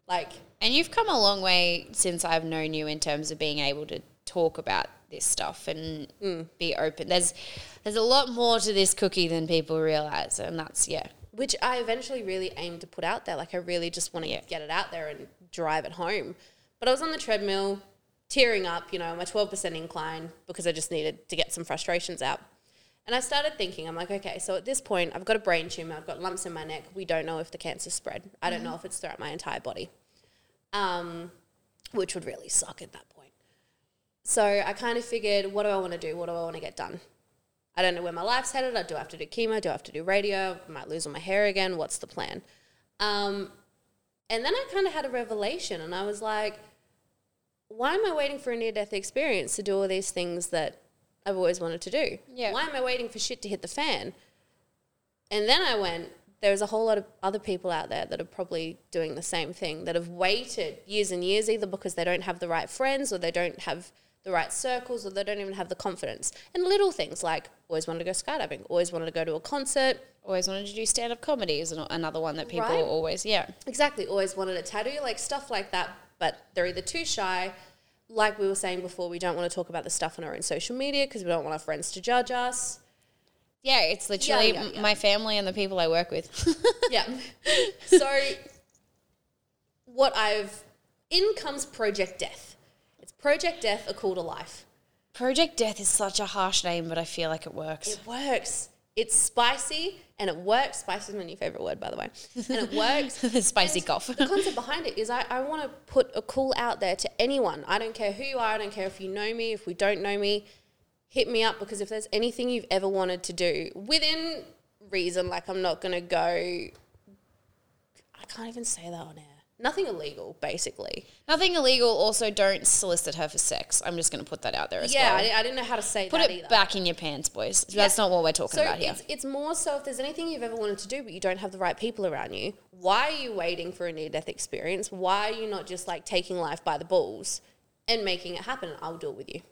S1: Like,
S3: and you've come a long way since I've known you in terms of being able to talk about this stuff and
S1: Mm.
S3: be open. There's there's a lot more to this cookie than people realize, and that's yeah.
S1: which I eventually really aim to put out there. Like, I really just want to
S3: Yeah.
S1: get it out there and drive it home. But I was on the treadmill, tearing up, you know, my 12% incline because I just needed to get some frustrations out. And I started thinking, I'm like, okay, so at this point, I've got a brain tumor, I've got lumps in my neck. We don't know if the cancer's spread. I don't know if it's throughout my entire body. um, which would really suck at that point. So I kind of figured, what do I want to do? What do I want to get done? I don't know where my life's headed. I do have to do chemo. Do I have to do radio? Might lose all my hair again. What's the plan? Um, and then I kind of had a revelation, and I was like, why am I waiting for a near death experience to do all these things that I've always wanted to do?
S3: Yeah.
S1: Why am I waiting for shit to hit the fan? And then I went, there's a whole lot of other people out there that are probably doing the same thing that have waited years and years either because they don't have the right friends or they don't have the right circles or they don't even have the confidence. And little things like always wanted to go skydiving, always wanted to go to a concert,
S3: Always wanted to do stand up comedy is an- another one that people
S1: Right.
S3: always yeah.
S1: exactly always wanted a tattoo like stuff like that but they're either too shy like we were saying before we don't want to talk about the stuff on our own social media because we don't want our friends to judge us
S3: Yeah, it's literally
S1: yeah, yeah.
S3: my family and the people I
S1: (laughs)
S3: work with. (laughs)
S1: yeah so what i've in comes project death it's project death a call to life
S3: Project Death is such a harsh name, but I feel like it works.
S1: It works it's spicy and it works spicy is my new favorite word by the way and it works
S3: (laughs) Spicy golf.
S1: the concept behind it is I, I want to put a call out there to anyone. I don't care who you are. I don't care if you know me, if we don't know me. Hit me up because if there's anything you've ever wanted to do within reason, like I'm not going to go. I can't even say that on air. Nothing illegal, basically.
S3: (laughs) Nothing illegal. Also, don't solicit her for sex. I'm just going to put that out there as
S1: yeah,
S3: well.
S1: I, di- I didn't know how to say
S3: put
S1: that
S3: it
S1: either.
S3: back in your pants, boys. That's
S1: Yeah.
S3: not what we're talking
S1: So
S3: about here.
S1: it's, it's more so if there's anything you've ever wanted to do, but you don't have the right people around you, why are you waiting for a near death experience? Why are you not just like taking life by the balls and making it happen? I'll do it with you.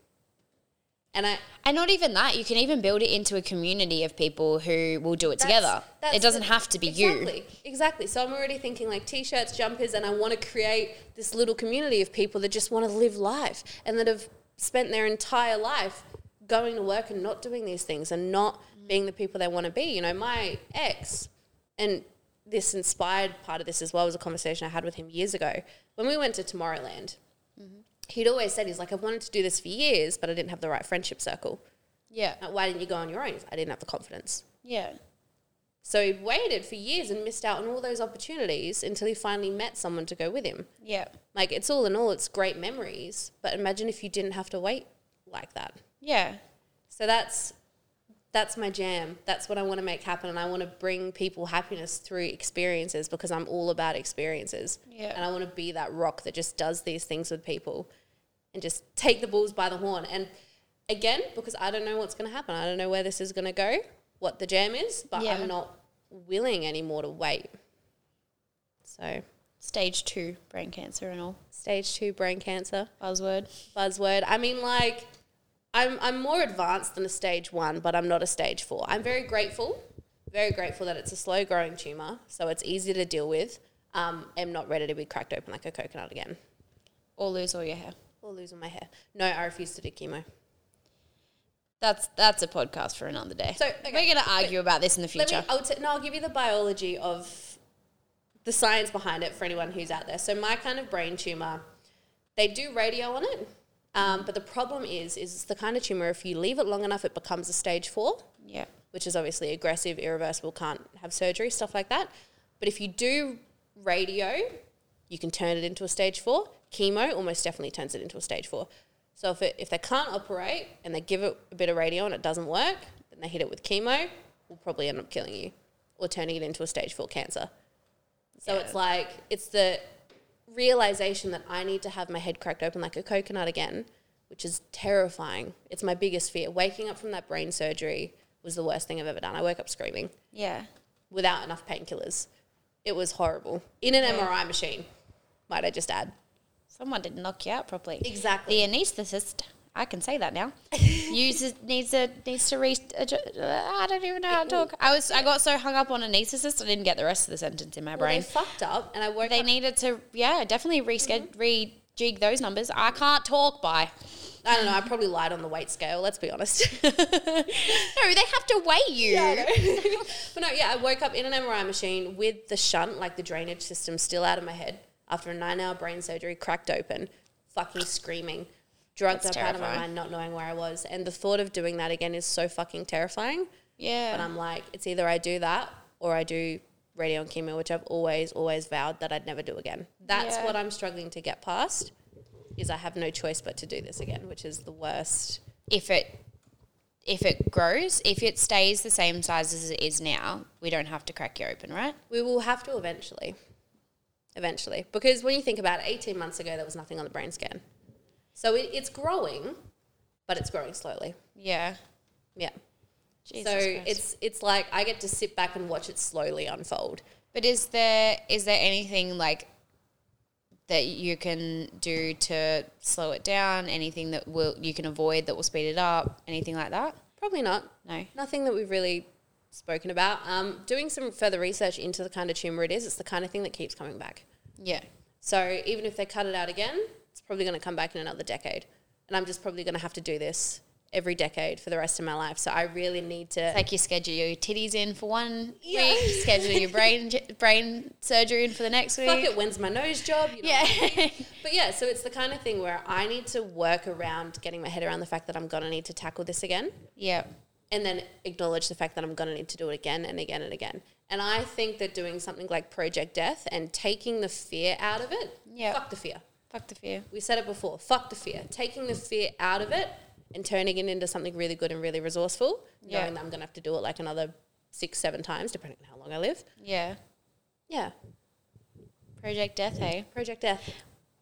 S1: And I,
S3: And not even that. You can even build it into a community of people who will do it
S1: that's-
S3: together.
S1: that's
S3: it doesn't
S1: the-
S3: have to be
S1: exactly,
S3: you.
S1: Exactly. So I'm already thinking like t-shirts, jumpers, and I want to create this little community of people that just want to live life and that have spent their entire life going to work and not doing these things and not
S3: Mm.
S1: being the people they want to be. You know, my ex and this inspired part of this as well was a conversation I had with him years ago when we went to Tomorrowland.
S3: Mm-hmm.
S1: He'd always said he's like I wanted to do this for years, but I didn't have the right friendship circle.
S3: Yeah.
S1: Like, why didn't you go on your own? He's like, I didn't have the confidence.
S3: Yeah.
S1: So he waited for years and missed out on all those opportunities until he finally met someone to go with him.
S3: Yeah.
S1: Like, it's all in all, it's great memories, but imagine if you didn't have to wait like that.
S3: Yeah.
S1: So that's that's my jam. That's what I want to make happen and I want to bring people happiness through experiences because I'm all about experiences.
S3: Yeah.
S1: And I want to be that rock that just does these things with people and just take the bulls by the horn. And again, because I don't know what's going to happen. I don't know where this is going to go, what the jam is, but
S3: Yeah.
S1: I'm not willing anymore to wait. So,
S3: Stage two brain cancer and all.
S1: stage 2 brain cancer
S3: Buzzword.
S1: buzzword. I mean, like, I'm, I'm more advanced than a stage one, but I'm not a stage four. I'm very grateful, very grateful that it's a slow growing tumor, so it's easy to deal with. Um, am not ready to be cracked open like a coconut again
S3: Or lose all your hair.
S1: or losing my hair. No, I refuse to do chemo.
S3: That's that's a podcast for another day.
S1: So, okay.
S3: we're going to argue about this in the
S1: Let me,
S3: future.
S1: I'll t- no, I'll give you the biology of the science behind it for anyone who's out there. So my kind of brain tumor, they do radio on it, um, but the problem is, is it's the kind of tumor if you leave it long enough, it becomes a stage four
S3: Yeah.
S1: which is obviously aggressive, irreversible, can't have surgery, stuff like that. But if you do radio, you can turn it into a stage four. Chemo almost definitely turns it into a stage four. So if, it, if they can't operate and they give it a bit of radio and it doesn't work, then they hit it with chemo, will probably end up killing you or turning it into a stage four cancer. So it's like, it's the realization that I need to have my head cracked open like a coconut again, which is terrifying. It's my biggest fear. Waking up from that brain surgery was the worst thing I've ever done. I woke up screaming
S3: Yeah.
S1: without enough painkillers. It was horrible. In an MRI machine, might I just add.
S3: Someone didn't knock you out properly.
S1: Exactly.
S3: The anaesthetist, I can say that (laughs) now, uses needs to needs to re. adju- uh, I don't even know how to talk. I was I got so hung up on anaesthetist, I didn't get the rest of the sentence in my
S1: Well, they
S3: brain.
S1: fucked up and I woke
S3: They
S1: up.
S3: needed to, yeah, definitely reschedule, rejig those numbers. I can't talk by.
S1: I don't know, I probably lied on the weight scale, let's be honest.
S3: (laughs)
S1: (laughs)
S3: No, they have to weigh you. (laughs)
S1: but no, yeah, I woke up in an MRI machine with the shunt, like the drainage system, still out of my head after a nine hour brain surgery, cracked open, fucking screaming, drugged
S3: That's
S1: up out of my mind,
S3: terrifying.
S1: not knowing where I was. And the thought of doing that again is so fucking terrifying.
S3: Yeah.
S1: But I'm like, it's either I do that or I do radio and chemo, which I've always, always vowed that I'd never do again. That's
S3: Yeah.
S1: what I'm struggling to get past. Is I have no choice but to do this again, which is the worst.
S3: if it if it grows, if it stays the same size as it is now, we don't have to crack you open, right?
S1: We will have to eventually. Eventually. Because when you think about it, 18 months ago, there was nothing on the brain scan. So it, it's growing, but it's growing slowly.
S3: Yeah.
S1: Yeah.
S3: Jesus
S1: so
S3: Christ.
S1: it's it's like I get to sit back and watch it slowly unfold.
S3: But is there is there anything like that you can do to slow it down? Anything that will you can avoid that will speed it up? Anything like that?
S1: Probably not.
S3: No.
S1: Nothing that we've really spoken about. Um, doing some further research into the kind of tumor it is, it's the kind of thing that keeps coming back.
S3: Yeah.
S1: So even if they cut it out again, it's probably going to come back in another decade. And I'm just probably going to have to do this every decade for the rest of my life. So I really need to.
S3: Like you schedule your titties in for one
S1: Yeah.
S3: week, schedule your brain brain surgery in for the next week.
S1: fuck it, when's my nose job? You know?
S3: Yeah. (laughs)
S1: But yeah, so it's the kind of thing where I need to work around getting my head around the fact that I'm going to need to tackle this again
S3: yeah.
S1: and then acknowledge the fact that I'm going to need to do it again and again and again. And I think that doing something like Project Death and taking the fear out of it,
S3: Yeah.
S1: fuck the fear.
S3: Fuck the fear.
S1: We said it before, fuck the fear. Taking the fear out of it and turning it into something really good and really resourceful,
S3: Yeah.
S1: knowing that I'm going to have to do it like another six, seven times, depending on how long I live.
S3: Yeah.
S1: Yeah,
S3: Project Death, hey.
S1: Project Death.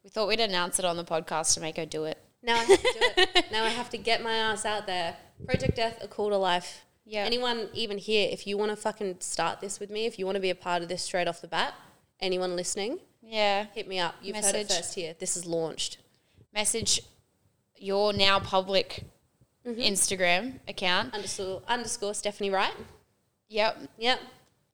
S3: We thought we'd announce it on the podcast to make her do it.
S1: Now I have to do it. now I have to get my ass out there. Project Death, a call to life.
S3: Yeah.
S1: Anyone even here, if you want to fucking start this with me, if you want to be a part of this straight off the bat, anyone listening,
S3: Yeah.
S1: hit me up. You've heard it
S3: Message.
S1: first here. This is launched.
S3: Message your now public
S1: Mm-hmm.
S3: Instagram account.
S1: Underscore underscore Stephanie Wright.
S3: Yep.
S1: Yep.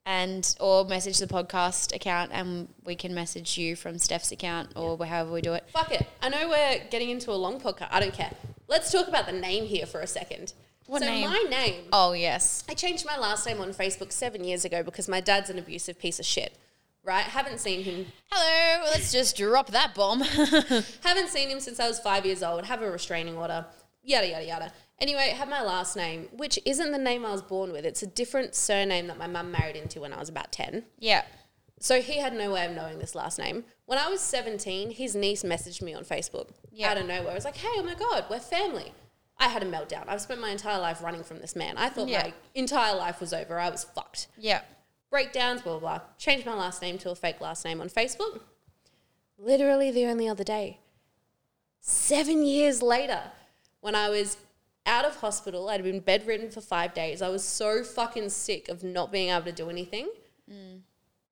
S3: And or message the podcast account and we can message you from Steph's account or however we do it.
S1: Fuck it. I know we're getting into a long podcast. I don't care. Let's talk about the name here for a second.
S3: What
S1: so
S3: name?
S1: my name.
S3: Oh yes.
S1: I changed my last name on Facebook seven years ago because my dad's an abusive piece of shit. Right? Haven't seen him
S3: Hello. Let's just drop that bomb. (laughs)
S1: Haven't seen him since I was five years old. Have a restraining order. Yada yada yada. Anyway, have my last name, which isn't the name I was born with. It's a different surname that my mum married into when I was about ten.
S3: yeah.
S1: So he had no way of knowing this last name. When I was seventeen, his niece messaged me on Facebook
S3: Yeah.
S1: out of nowhere. I was like, "Hey, oh my god, we're family." I had a meltdown. I've spent my entire life running from this man. I thought
S3: Yeah.
S1: my entire life was over. I was fucked
S3: Yeah.
S1: breakdowns, blah, blah, blah. Changed my last name to a fake last name on Facebook. Literally the only other day, seven years later, when I was out of hospital, I'd been bedridden for five days. I was so fucking sick of not being able to do anything.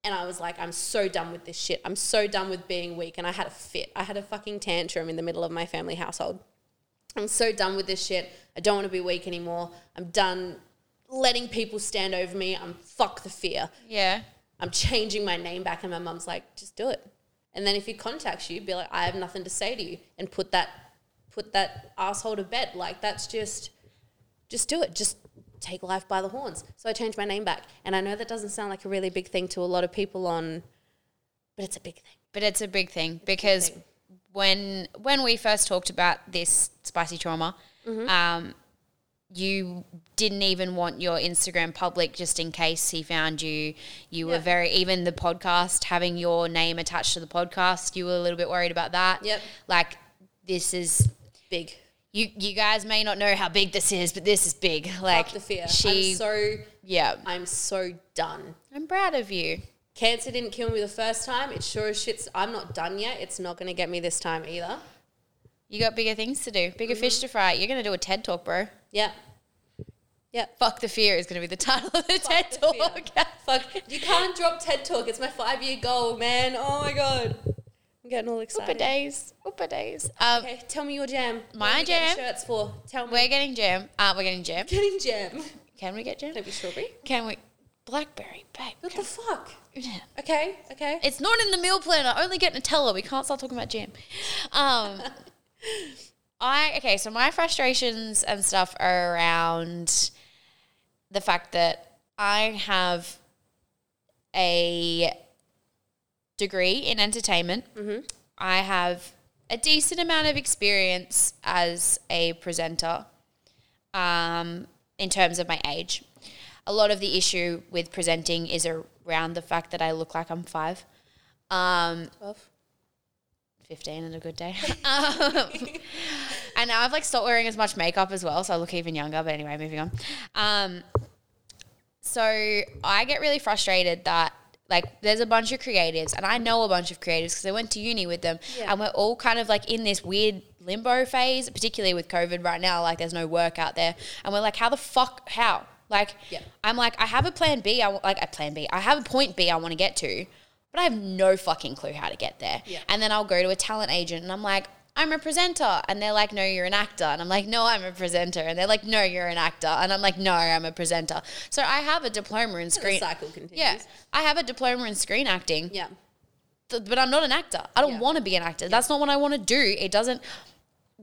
S1: And I was like, I'm so done with this shit. I'm so done with being weak. And I had a fit. I had a fucking tantrum in the middle of my family household. I'm so done with this shit. I don't want to be weak anymore. I'm done letting people stand over me. I'm fuck the fear.
S3: Yeah.
S1: I'm changing my name back. And my mum's like, just do it. And then if he contacts you, be like, I have nothing to say to you and put that put that asshole to bed. Like that's just just do it. Just take life by the horns. So I changed my name back. And I know that doesn't sound like a really big thing to a lot of people on But it's a big thing.
S3: But it's a big thing because when when we first talked about this spicy trauma, um, you didn't even want your Instagram public just in case he found you. You were
S1: Yeah.
S3: very even the podcast having your name attached to the podcast. You were a little bit worried about that.
S1: Yep.
S3: like this is
S1: Big.
S3: you. You guys may not know how big this is, but this is big. Like
S1: Fuck the fear.
S3: She,
S1: I'm so
S3: yeah,
S1: I'm so done.
S3: I'm proud of you.
S1: Cancer didn't kill me the first time. It sure as shit's. I'm not done yet. It's not going to get me this time either.
S3: You got bigger things to do, bigger
S1: Mm-hmm.
S3: fish to fry. You're gonna do a TED talk, bro.
S1: Yeah. Yeah.
S3: Fuck the fear is going to be the title of the TED
S1: the fear.
S3: talk. (laughs) Fuck.
S1: You can't drop TED Talk. It's my five year goal, man. Oh my God. I'm getting all
S3: Upper
S1: excited.
S3: days. Upper days. Um,
S1: Okay, tell me your jam.
S3: My
S1: What are we getting
S3: jam?
S1: Shirts for. Tell me.
S3: We're getting jam. Uh, we're getting jam.
S1: getting jam.
S3: Can we get jam?
S1: (laughs) Don't be strawberry.
S3: Can we? Blackberry, babe.
S1: What the fuck?
S3: Yeah.
S1: Okay, okay.
S3: It's not in the meal planner. Only get Nutella. We can't start talking about jam. Um, I okay. So my frustrations and stuff are around the fact that I have a degree in entertainment. I have a decent amount of experience as a presenter um, in terms of my age. A lot of the issue with presenting is around the fact that I look like I'm five. Um, 15 and a good day. (laughs) um, and now I've like stopped wearing as much makeup as well, so I look even younger. But anyway, moving on. Um, so I get really frustrated that like there's a bunch of creatives, and I know a bunch of creatives because I went to uni with them,
S1: Yeah.
S3: and we're all kind of like in this weird limbo phase, particularly with COVID right now. Like there's no work out there, and we're like, how the fuck, how? Like,
S1: Yeah.
S3: I'm like, I have a plan B. I w- like a plan B. I have a point B I want to get to, but I have no fucking clue how to get there.
S1: Yeah.
S3: And then I'll go to a talent agent and I'm like, I'm a presenter. And they're like, no, you're an actor. And I'm like, no, I'm a presenter. And they're like, no, you're an actor. And I'm like, no, I'm a presenter. So I have a diploma in
S1: The
S3: screen.
S1: cycle continues.
S3: Yeah. I have a diploma in screen acting
S1: Yeah.
S3: th- but I'm not an actor. I don't
S1: Yeah.
S3: want to be an actor. That's not what I want to do. It doesn't.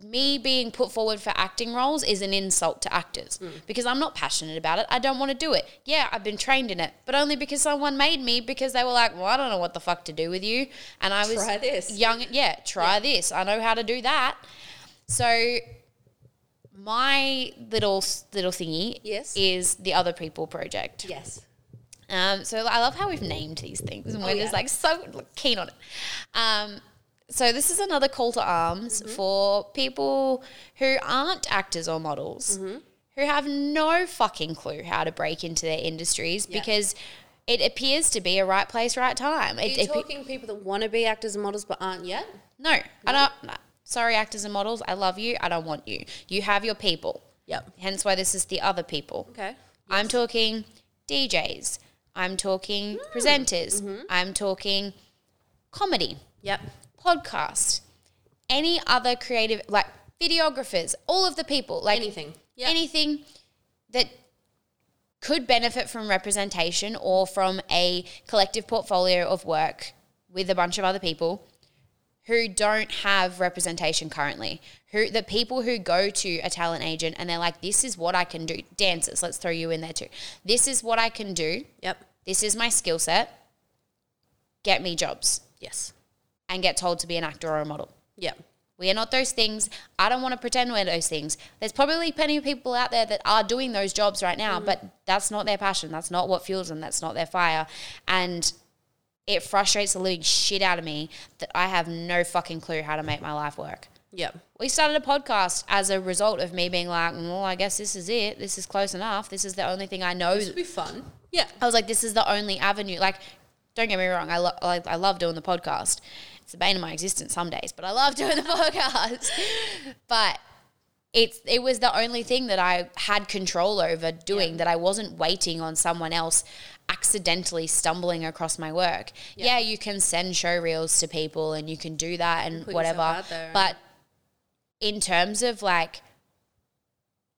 S3: Me being put forward for acting roles is an insult to actors
S1: Mm.
S3: because I'm not passionate about it. I don't want to do it. Yeah, I've been trained in it, but only because someone made me because they were like, "Well, I don't know what the fuck to do with you," and I was
S1: Try this.
S3: young. Yeah, try this. I know how to do that. So my little little thingy
S1: Yes.
S3: is the other people project.
S1: Yes.
S3: Um, so I love how we've named these things, and we're
S1: Oh, yeah.
S3: just like so keen on it. Um, so this is another call to arms
S1: Mm-hmm.
S3: for people who aren't actors or models,
S1: Mm-hmm.
S3: who have no fucking clue how to break into their industries
S1: Yeah.
S3: because it appears to be a right place, right time.
S1: Are
S3: It,
S1: you
S3: it-
S1: talking people that want to be actors and models but aren't yet?
S3: no, I don't. no. Sorry, actors and models. I love you. I don't want you. You have your people.
S1: Yep.
S3: Hence why this is the other people.
S1: Okay.
S3: I'm talking DJs. I'm talking presenters. I'm talking comedy,
S1: Yep.
S3: podcast, any other creative, like videographers, all of the people, like
S1: Anything.
S3: anything that could benefit from representation or from a collective portfolio of work with a bunch of other people who don't have representation currently. Who the people who go to a talent agent and they're like, "This is what I can do." Dancers, let's throw you in there too. This is what I can do.
S1: Yep.
S3: This is my skill set. Get me jobs
S1: Yes.
S3: and get told to be an actor or a model.
S1: Yep.
S3: We are not those things. I don't want to pretend we're those things. There's probably plenty of people out there that are doing those jobs right now, but that's not their passion. That's not what fuels them. That's not their fire. And it frustrates the living shit out of me that I have no fucking clue how to make my life work.
S1: Yep.
S3: We started a podcast as a result of me being like, well, I guess this is it. This is close enough. This is the only thing I know.
S1: It'll be fun. Yeah.
S3: I was like, this is the only avenue. Like, don't get me wrong, I, lo- I, I love doing the podcast. It's the bane of my existence some days, but I love doing the (laughs) podcast. But it's it was the only thing that I had control over doing that I wasn't waiting on someone else accidentally stumbling across my work. Yeah, you can send show reels to people and you can do that and
S1: Put yourself
S3: whatever.
S1: out there.
S3: But in terms of like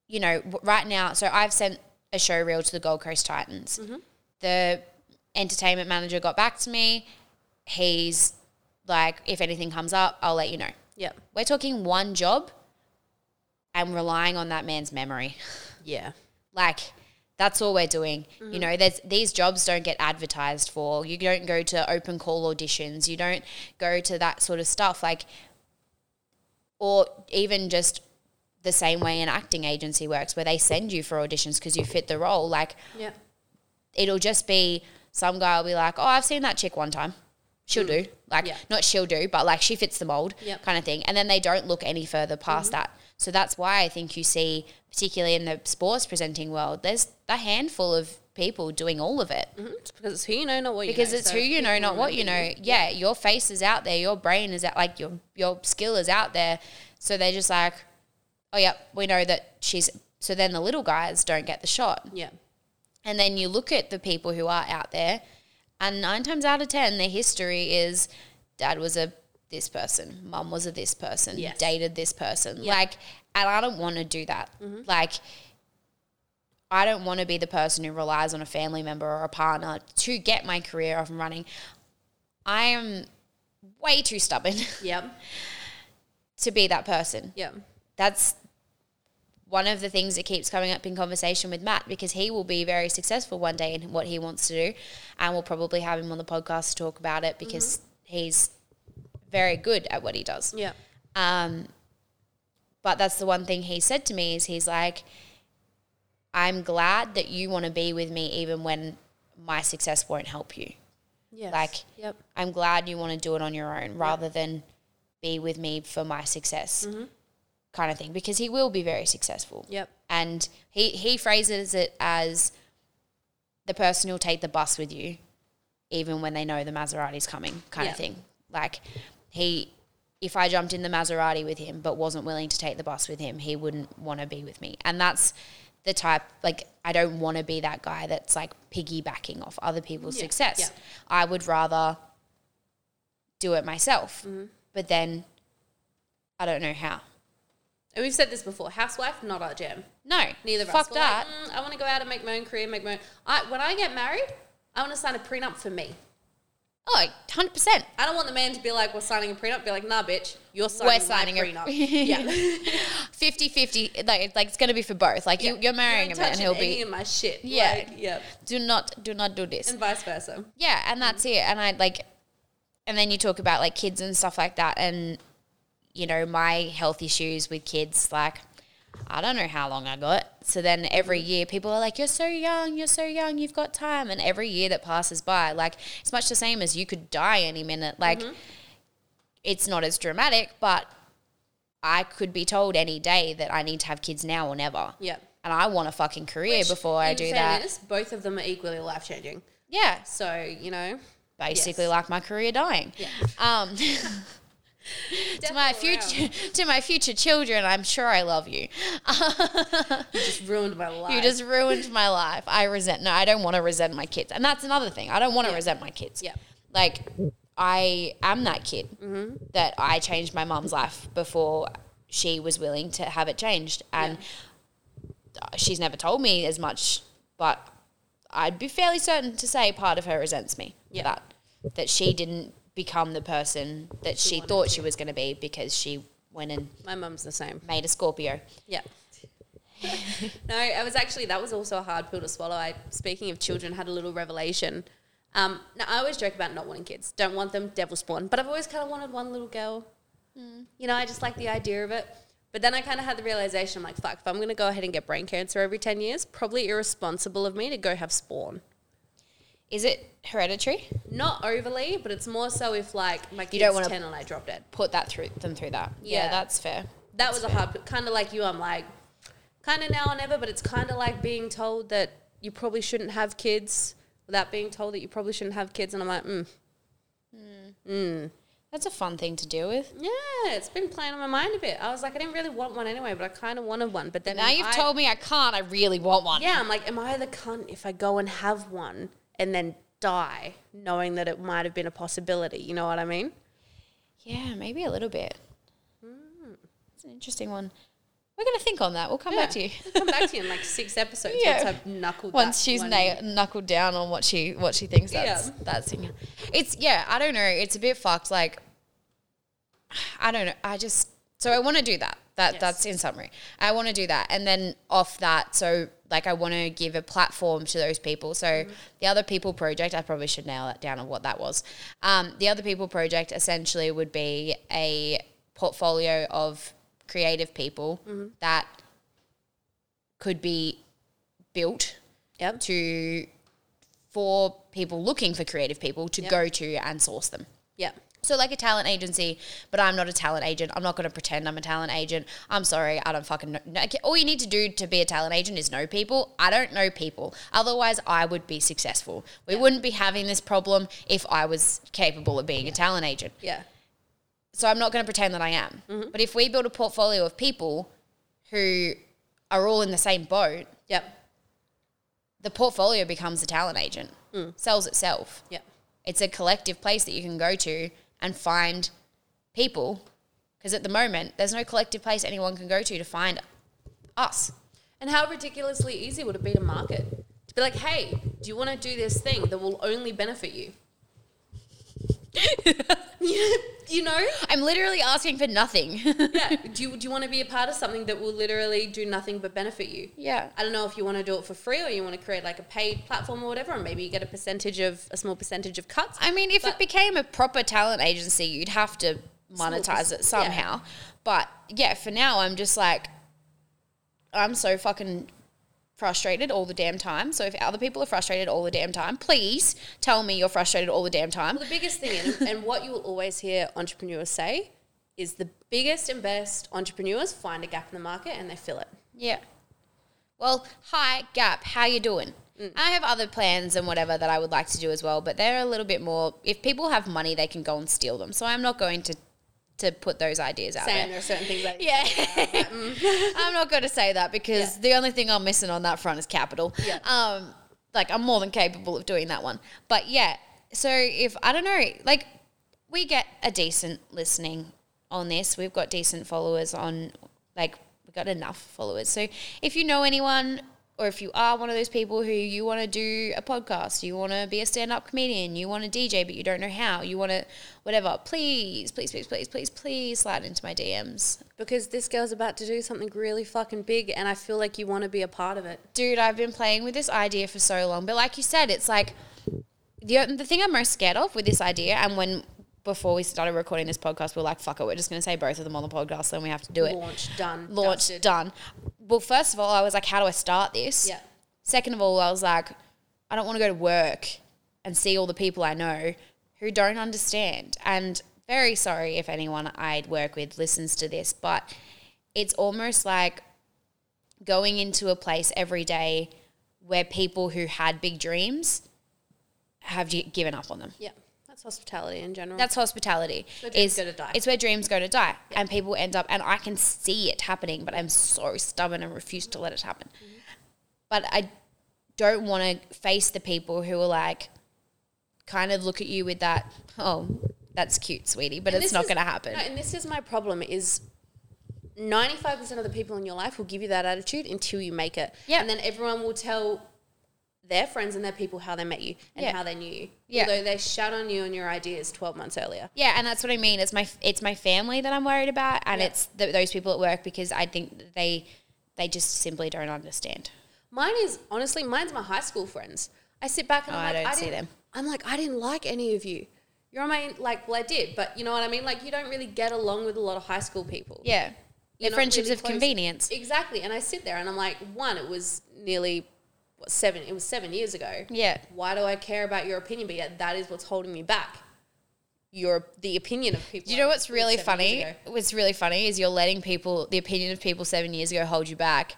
S3: you know, w- right now, so I've sent a show reel to the Gold Coast Titans.
S1: Mm-hmm.
S3: The entertainment manager got back to me. He's like, if anything comes up, I'll let you know.
S1: Yep.
S3: We're talking one job and relying on that man's memory. (laughs)
S1: Yeah.
S3: Like, That's all we're doing. You know, there's these jobs don't get advertised for. You don't go to open call auditions. You don't go to that sort of stuff. Like or even just the same way an acting agency works where they send you for auditions because you fit the role. Like
S1: Yeah.
S3: it'll just be some guy will be like, "Oh, I've seen that chick one time. She'll do." Like
S1: Mm. Yeah.
S3: not she'll do, but like she fits the mold
S1: Yep. Mm-hmm.
S3: kind of thing. And then they don't look any further past that. So that's why I think you see particularly in the sports presenting world, there's a handful of people doing all of it
S1: It's because it's who you know, not what you know.
S3: because it's
S1: Mm-hmm. so
S3: who you know,
S1: people
S3: not what
S1: know
S3: you know. Yeah, your face is out there, your brain is out, like your your skill is out there. So they're just like, oh yeah, we know that she's. So then the little guys don't get the shot,
S1: Yeah.
S3: and then you look at the people who are out there, and nine times out of ten, their history is, dad was a this person, mum was a this person,
S1: Yes.
S3: dated this person, like, and I don't want to do that, like. I don't want to be the person who relies on a family member or a partner to get my career off and running. I am way too stubborn (laughs)
S1: Yep.
S3: to be that person.
S1: Yep.
S3: That's one of the things that keeps coming up in conversation with Matt because he will be very successful one day in what he wants to do. And we'll probably have him on the podcast to talk about it because he's very good at what he does.
S1: Yep.
S3: Um, but that's the one thing he said to me is he's like, I'm glad that you want to be with me even when my success won't help you.
S1: Yes.
S3: Like-
S1: Yep.
S3: I'm glad you want to do it on your own rather than be with me for my success kind of thing because he will be very successful.
S1: Yep.
S3: And he, he phrases it as the person who'll take the bus with you even when they know the Maserati's coming kind
S1: Yeah.
S3: of thing. Like he if I jumped in the Maserati with him but wasn't willing to take the bus with him, he wouldn't want to be with me. And that's the type like I don't want to be that guy that's like piggybacking off other people's
S1: Yeah,
S3: success.
S1: yeah.
S3: I would rather do it myself.
S1: Mm-hmm.
S3: But then I don't know how.
S1: And we've said this before. Housewife, not our jam.
S3: No.
S1: Neither of us.
S3: Fuck
S1: We're
S3: that.
S1: Like, "Mm, I want to go out and make my own career, make my own. I, when I get married, I want to sign a prenup for me.
S3: Oh, 100%.
S1: I don't want the man to be like, we're signing a prenup. Be like, nah, bitch, you're signing,
S3: We're signing a-
S1: my prenup.
S3: (laughs)
S1: yeah.
S3: 50-50 like like it's going to be for both. Like you you're marrying
S1: You're
S3: a man
S1: touching
S3: he'll
S1: any
S3: be
S1: of my shit.
S3: Yeah.
S1: Like, yeah.
S3: do not do not do this.
S1: And vice versa.
S3: yeah, and that's it. And I like, and then you talk about like kids and stuff like that, and you know my health issues with kids. Like, I don't know how long I got. So then every year people are like, "You're so young, you're so young, you've got time." And every year that passes by, like it's much the same as you could die any minute. Like,
S1: Mm-hmm.
S3: it's not as dramatic, but I could be told any day that I need to have kids now or never.
S1: Yeah.
S3: And I want a fucking career before I
S1: In
S3: do that.
S1: fairness, both of them are equally life changing.
S3: Yeah,
S1: So, you know,
S3: basically
S1: Yes.
S3: like my career dying. Um, (laughs) to my
S1: Definitely around.
S3: future to my future children, I'm sure I love you.
S1: just ruined my life.
S3: You just ruined my life. I resent. No, I don't want to resent my kids, and that's another thing. I don't want to resent my kids.
S1: Yeah.
S3: like I am that kid that I changed my mum's life before she was willing to have it changed, and she's never told me as much, but I'd be fairly certain to say part of her resents me. for
S1: Yeah.
S3: that that she didn't become the person that she, thought she was going to be because she went and
S1: my mum's the same.
S3: made a Scorpio.
S1: Yeah. (laughs) no, I was actually that was also a hard pill to swallow. I speaking of children, had a little revelation. Um, now I always joke about not wanting kids. Don't want them, devil spawn. But I've always kind of wanted one little girl.
S3: Mm.
S1: You know, I just like the idea of it. But then I kind of had the realization, I'm like, fuck, if I'm going to go ahead and get brain cancer every 10 years, probably irresponsible of me to go have spawn.
S3: Is it hereditary?
S1: Not overly, but it's more so if like my
S3: You don't
S1: kid's
S3: wanna-
S1: 10 and I drop dead.
S3: Put that through them through that. Yeah,
S1: Yeah.
S3: that's fair.
S1: that was a hard kind of like you i'm like kind of now or never but it's kind of like being told that you probably shouldn't have kids without being told that you probably shouldn't have kids and i'm like mm.
S3: That's a fun thing to deal with.
S1: yeah it's been playing on my mind a bit i was like i didn't really want one anyway but i kind of wanted one but then
S3: Now you've
S1: I-
S3: told me I can't. I really want one.
S1: yeah i'm like am i the cunt if i go and have one and then die knowing that it might have been a possibility you know what i mean
S3: Yeah, maybe a little bit.
S1: Mm.
S3: It's an interesting one. We're gonna think on that. We'll come back to you (laughs)
S1: come back to you in like six (laughs) episodes
S3: Yeah.
S1: once i've knuckled
S3: once
S1: that
S3: she's
S1: one.
S3: na- knuckled down on what she what she thinks that's
S1: Yeah.
S3: that's. in- It's yeah. I don't know. It's a bit fucked. Like I don't know. I just so I want to do that. That that's in summary. I want to do that, and then off that. So like I want to give a platform to those people. So the Other People Project, I probably should nail that down on what that was. Um, the Other People Project essentially would be a portfolio of creative people that could be built
S1: Yep.
S3: to for people looking for creative people to go to and source them.
S1: Yep.
S3: So like a talent agency, but I'm not a talent agent. I'm not going to pretend I'm a talent agent. I'm sorry, I don't fucking know. no- All you need to do to be a talent agent is know people. I don't know people. Otherwise, I would be successful. We wouldn't be having this problem if I was capable of being a talent agent.
S1: Yeah.
S3: So I'm not going to pretend that I am. But if we build a portfolio of people who are all in the same boat,
S1: Yep.
S3: the portfolio becomes a talent agent. Sells itself
S1: Yep.
S3: it's a collective place that you can go to and find people because at the moment there's no collective place anyone can go to to find us
S1: And how ridiculously easy would it be to market? To be like, hey, do you want to do this thing that will only benefit you? (laughs) you know?
S3: i'm literally asking for nothing (laughs)
S1: Yeah. Do you, do you want to be a part of something that will literally do nothing but benefit you?
S3: yeah
S1: I don't know if you want to do it for free or you want to create like a paid platform or whatever, and maybe you get a percentage of a small percentage of cuts.
S3: i mean if
S1: But-
S3: it became a proper talent agency you'd have to monetize it
S1: Small perc-
S3: somehow but yeah for now i'm just like i'm so fucking frustrated all the damn time so if other people are frustrated all the damn time please tell me you're frustrated all the damn time
S1: Well, the biggest thing, and, and what you will always hear entrepreneurs say, is the biggest and best entrepreneurs find a gap in the market and they fill it.
S3: Yeah. Well, hi Gap, how you doing? I have other plans and whatever that I would like to do as well, but they're a little bit more. If people have money, they can go and steal them. So I'm not going to to put those ideas out
S1: Saying
S3: there.
S1: there are certain things (laughs) that
S3: Yeah, I'm not going to say that because the only thing I'm missing on that front is capital.
S1: Yeah.
S3: Um, like I'm more than capable of doing that one. But yeah, so if I don't know, like we get a decent listening on this. We've got decent followers on, like we've got enough followers. So if you know anyone. Or if you are one of those people who you want to do a podcast, you want to be a stand-up comedian, you want to DJ but you don't know how, you want to whatever, please, please, please, please, please, please slide into my DMs.
S1: because this girl's about to do something really fucking big, and I feel like you want to be a part of it.
S3: dude, I've been playing with this idea for so long. But like you said, it's like the the thing I'm most scared of with this idea, and when before we started recording this podcast, we were like, "Fuck it, we're just going to say both of them on the podcast, then we have to do it."
S1: Launch done.
S3: Launch
S1: dusted.
S3: done. Well, first of all, I was like, "How do I start this?"
S1: Yeah.
S3: Second of all, I was like, "I don't want to go to work and see all the people I know who don't understand." And very sorry if anyone I'd work with listens to this, but it's almost like going into a place every day where people who had big dreams have gi- given up on them.
S1: Yeah, that's hospitality in general.
S3: That's hospitality.
S1: where dreams
S3: Is-
S1: go to die.
S3: It's where dreams go to die, and people end up. And I can see it happening, but I'm so stubborn and refuse to let it happen.
S1: Mm-hmm.
S3: But I don't want to face the people who are like, kind of look at you with that, oh, that's cute, sweetie, but
S1: And
S3: it's
S1: this
S3: not
S1: is-
S3: going to happen.
S1: No, and this is my problem is 95% of the people in your life will give you that attitude until you make it.
S3: Yeah.
S1: And then everyone will tell their friends and their people how they met you and
S3: Yeah.
S1: how they knew you.
S3: Yeah.
S1: Although they shat on you and your ideas 12 months earlier.
S3: Yeah, and that's what I mean. It's my it's my family that I'm worried about, and
S1: Yeah.
S3: it's th those people at work because I think that they they just simply don't understand.
S1: Mine is, honestly, mine's my high school friends. I sit back and
S3: Oh,
S1: I'm
S3: I
S1: like,
S3: don't see
S1: didn't-
S3: them.
S1: I'm like, I didn't like any of you. You're on my, like, well, I did, but you know what I mean? Like, you don't really get along with a lot of high school people.
S3: Yeah,
S1: They're
S3: your
S1: not
S3: friendships
S1: really
S3: of
S1: close.
S3: convenience.
S1: Exactly. And I sit there and I'm like, one, it was nearly what, seven. It was seven years ago.
S3: Yeah.
S1: Why do I care about your opinion? But yet that is what's holding me back. Your the opinion of people.
S3: Do you know
S1: I
S3: what's
S1: was
S3: really
S1: seven years
S3: funny?
S1: ago.
S3: What's really funny is you're letting people the opinion of people seven years ago hold you back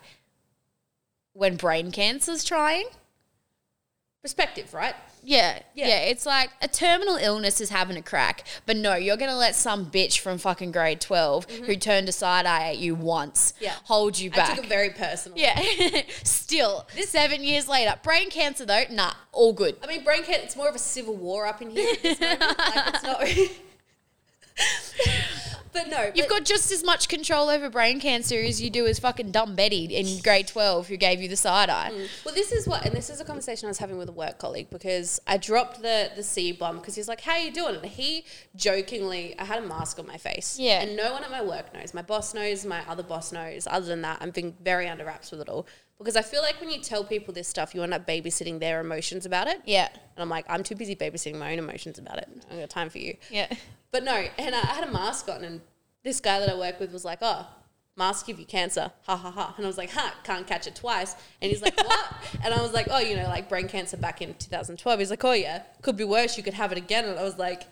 S3: when brain cancer's trying.
S1: Perspective, right?
S3: Yeah,
S1: Yeah.
S3: yeah, It's like a terminal illness is having a crack, but no, you're gonna let some bitch from fucking grade 12 who turned a side eye at you once
S1: Yeah.
S3: hold you back.
S1: I
S3: (laughs)
S1: took it very personal.
S3: Yeah. (laughs) Still, seven years later, brain cancer though, nah, all good.
S1: I mean, brain cancer. It's more of a civil war up in here. At this moment. like, it's not. (laughs) but no,
S3: You've
S1: but
S3: got just as much control over brain cancer as you do as fucking dumb Betty in grade 12 who gave you the side eye.
S1: Well, this is what, and this is a conversation I was having with a work colleague because I dropped the the C bomb because he's like, "How you doing?" And he jokingly, I had a mask on my face,
S3: Yeah.
S1: and no one at my work knows. My boss knows, my other boss knows. Other than that, I'm being very under wraps with it all. Because I feel like when you tell people this stuff, you end up babysitting their emotions about it.
S3: Yeah.
S1: And I'm like, I'm too busy babysitting my own emotions about it. I don't got time for you.
S3: Yeah.
S1: But no, and I I had a mask on, and this guy that I work with was like, "Oh, masks give you cancer, ha ha ha," and I was like, "Ha, can't catch it twice." And he's like, "What?" and I was like, "Oh, you know, like brain cancer back in 2012." He's like, "Oh yeah, could be worse. You could have it again." And I was like,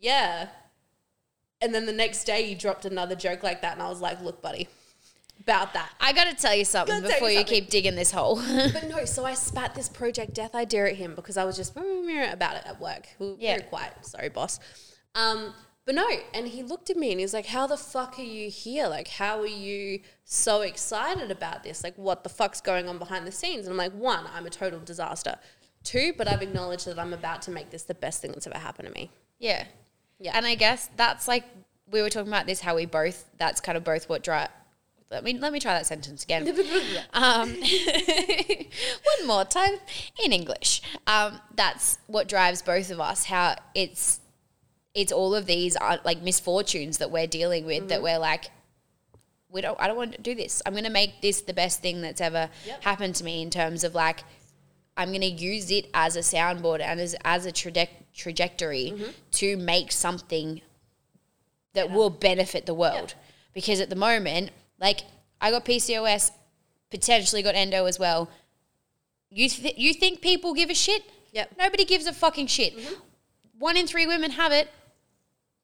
S1: "Yeah." And then the next day, he dropped another joke like that, and I was like, "Look, buddy, about that."
S3: I got to tell you something
S1: Gotta tell
S3: before
S1: you
S3: you,
S1: something.
S3: keep digging this hole. (laughs)
S1: But no, so I spat this Project Death idea at him because I was just mm, about it at work. We were
S3: Yeah.
S1: very quiet. Sorry, boss. Um, but no, and he looked at me and he was like, How the fuck are you here? Like, how are you so excited about this? Like, what the fuck's going on behind the scenes? And I'm like, One, I'm a total disaster. Two, but I've acknowledged that I'm about to make this the best thing that's ever happened to me.
S3: yeah.
S1: Yeah.
S3: And I guess that's like we were talking about this how we both that's kind of both what drive let me let me try that
S1: (laughs)
S3: sentence again. um, (laughs) one more time in English. Um, that's what drives both of us. How it's it's all of these uh, like misfortunes that we're dealing with
S1: Mm.
S3: that we're like, we don't. I don't want to do this. I'm going to make this the best thing that's ever
S1: Yep.
S3: happened to me in terms of like, I'm going to use it as a soundboard and as as a traje- trajectory
S1: Mm-hmm.
S3: to make something that will benefit the world. Because at the moment, like I got PCOS, potentially got endo as well. You th- you think people give a shit?
S1: Yep. Mm-hmm.
S3: Nobody gives a fucking shit. One in three women have it.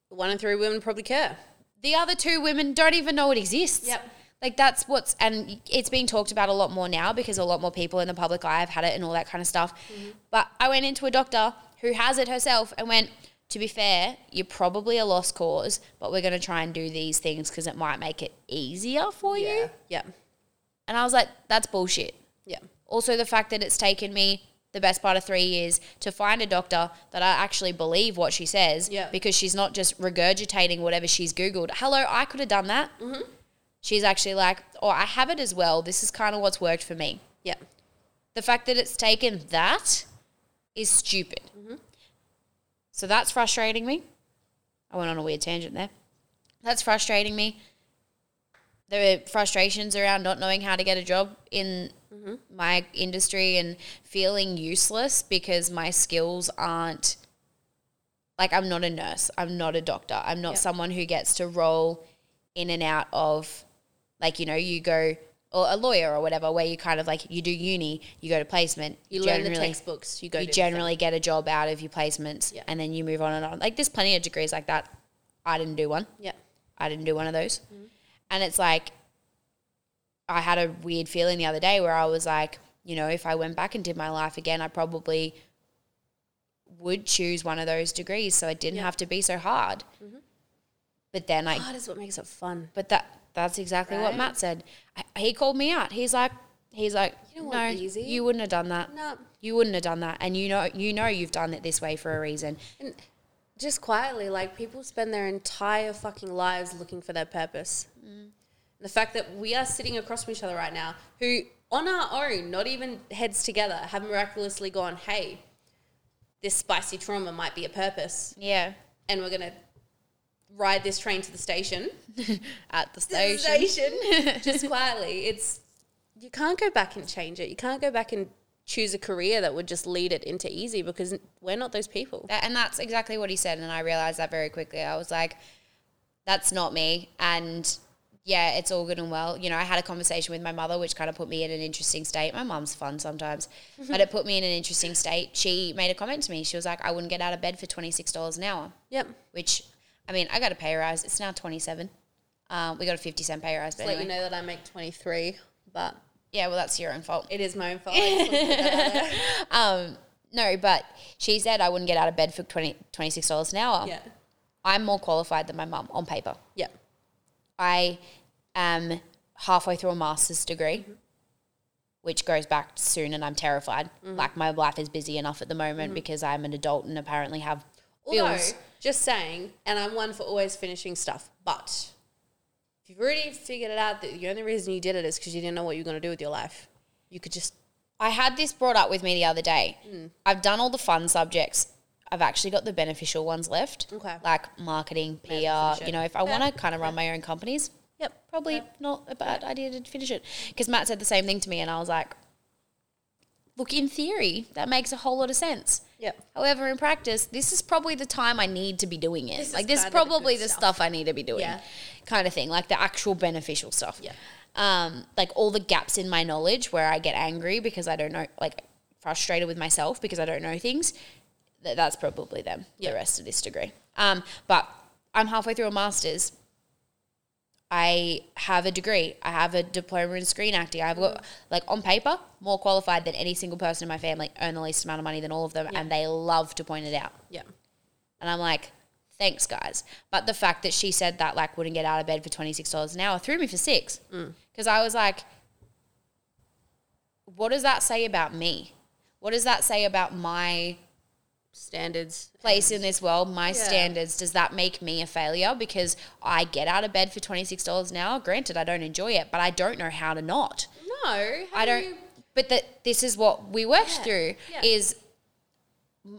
S1: One in three women probably care.
S3: The other two women don't even know it exists.
S1: Yep.
S3: Like that's what's and it's being talked about a lot more now because a lot more people in the public eye have had it and all that kind of stuff.
S1: Mm-hmm.
S3: But I went into a doctor who has it herself and went, to be fair, you're probably a lost cause, but we're going to try and do these things because it might make it easier for you.
S1: Yeah.
S3: And I was like, that's bullshit.
S1: Yeah.
S3: Also, the fact that it's taken me the best part of three years to find a doctor that I actually believe what she says
S1: Yeah.
S3: because she's not just regurgitating whatever she's Googled. Hello, I could have done that. Mm-hmm. She's actually like, oh, I have it as well. This is kind of what's worked for me.
S1: Yeah.
S3: The fact that it's taken that is stupid. So that's frustrating me. I went on a weird tangent there. That's frustrating me. There are frustrations around not knowing how to get a job in
S1: Mm-hmm.
S3: my industry and feeling useless because my skills aren't like I'm not a nurse, I'm not a doctor, I'm not someone who gets to roll in and out of like you know you go or a lawyer or whatever where you kind of like you do uni, you go to placement,
S1: You learn the textbooks. You go.
S3: you
S1: do the thing.
S3: generally get a job out of your placements
S1: Yeah.
S3: and then you move on and on. Like there's plenty of degrees like that. I didn't do one.
S1: Yeah.
S3: I didn't do one of those.
S1: Mm-hmm.
S3: And it's like I had a weird feeling the other day where I was like, you know, if I went back and did my life again, I probably would choose one of those degrees so it didn't have to be so hard.
S1: Mm-hmm.
S3: But then I
S1: Art is what makes it fun.
S3: but that that's exactly what
S1: Right.
S3: Matt said. I, he called me out. He's like he's like
S1: know what,
S3: no,
S1: easy.
S3: you wouldn't have done that.
S1: No.
S3: You wouldn't have done that. And you know you know you've done it this way for a reason.
S1: And just quietly, like people spend their entire fucking lives looking for their purpose. The fact that we are sitting across from each other right now, who on our own, not even heads together, have miraculously gone, hey, this spicy trauma might be a purpose,
S3: Yeah.
S1: and we're gonna ride this train to the station.
S3: At the
S1: The
S3: station.
S1: station, just quietly. It's you can't go back and change it. You can't go back and choose a career that would just lead it into easy because we're not those people.
S3: That- and that's exactly what he said. And I realized that very quickly. I was like, that's not me. And yeah, it's all good and well. You know, I had a conversation with my mother, which kind of put me in an interesting state. My mum's fun
S1: (laughs)
S3: sometimes, but it put me in an interesting state. She made a comment to me. She was like, I wouldn't get out of bed for $26 an hour,
S1: Yep.
S3: which I mean, I got a pay rise. It's now 27. Um, we got a 50 cent pay rise. But
S1: Just let
S3: anyway.
S1: you know that I make 23, but
S3: Yeah, well, that's your own fault.
S1: it is my own (laughs) fault. I just wanted to put that out there.
S3: No, but she said I wouldn't get out of bed for 20, $26 an hour.
S1: yeah.
S3: I'm more qualified than my mum on paper.
S1: Yeah.
S3: I am halfway through a master's degree, which goes back soon, and I'm terrified.
S1: Mm-hmm.
S3: Like my life is busy enough at the moment because I'm an adult and apparently have
S1: Mm. Although,
S3: bills.
S1: just saying, and I'm one for always finishing stuff, but if you've already figured it out that the only reason you did it is because you didn't know what you were going to do with your life, you could just,
S3: I had this brought up with me the other day.
S1: Mm.
S3: I've done all the fun subjects. I've actually got the beneficial ones left,
S1: Okay.
S3: like marketing, PR.
S1: that's some shit.
S3: you know, if I want to kind of run my own companies,
S1: yep,
S3: probably not a bad idea to finish it. Because Matt said the same thing to me, and I was like, look, in theory, that makes a whole lot of sense.
S1: Yep.
S3: However, in practice, this is probably the time I need to be doing it.
S1: This is
S3: like, this is
S1: kinda the good
S3: probably the
S1: stuff.
S3: stuff I need to be doing,
S1: Yeah.
S3: kind of thing, like the actual beneficial stuff.
S1: Yeah.
S3: Um, like all the gaps in my knowledge where I get angry because I don't know, like frustrated with myself because I don't know things. Th- that's probably them.
S1: Yeah.
S3: The rest of this degree. Um, but I'm halfway through a master's. I have a degree. I have a diploma in screen acting. I've got like on paper more qualified than any single person in my family. Earn the least amount of money than all of them, and they love to point it out.
S1: Yeah.
S3: And I'm like, thanks, guys. But the fact that she said that, like, wouldn't get out of bed for $26 an hour threw me for six. Because I was like, what does that say about me? What does that say about my
S1: Standards.
S3: place in this world, my standards? Does that make me a failure? Because I get out of bed for $26 an hour. Granted, I don't enjoy it, but I don't know how to not.
S1: No. How
S3: I don't.
S1: you-
S3: but that this is what we worked
S1: Yeah,
S3: through
S1: yeah.
S3: is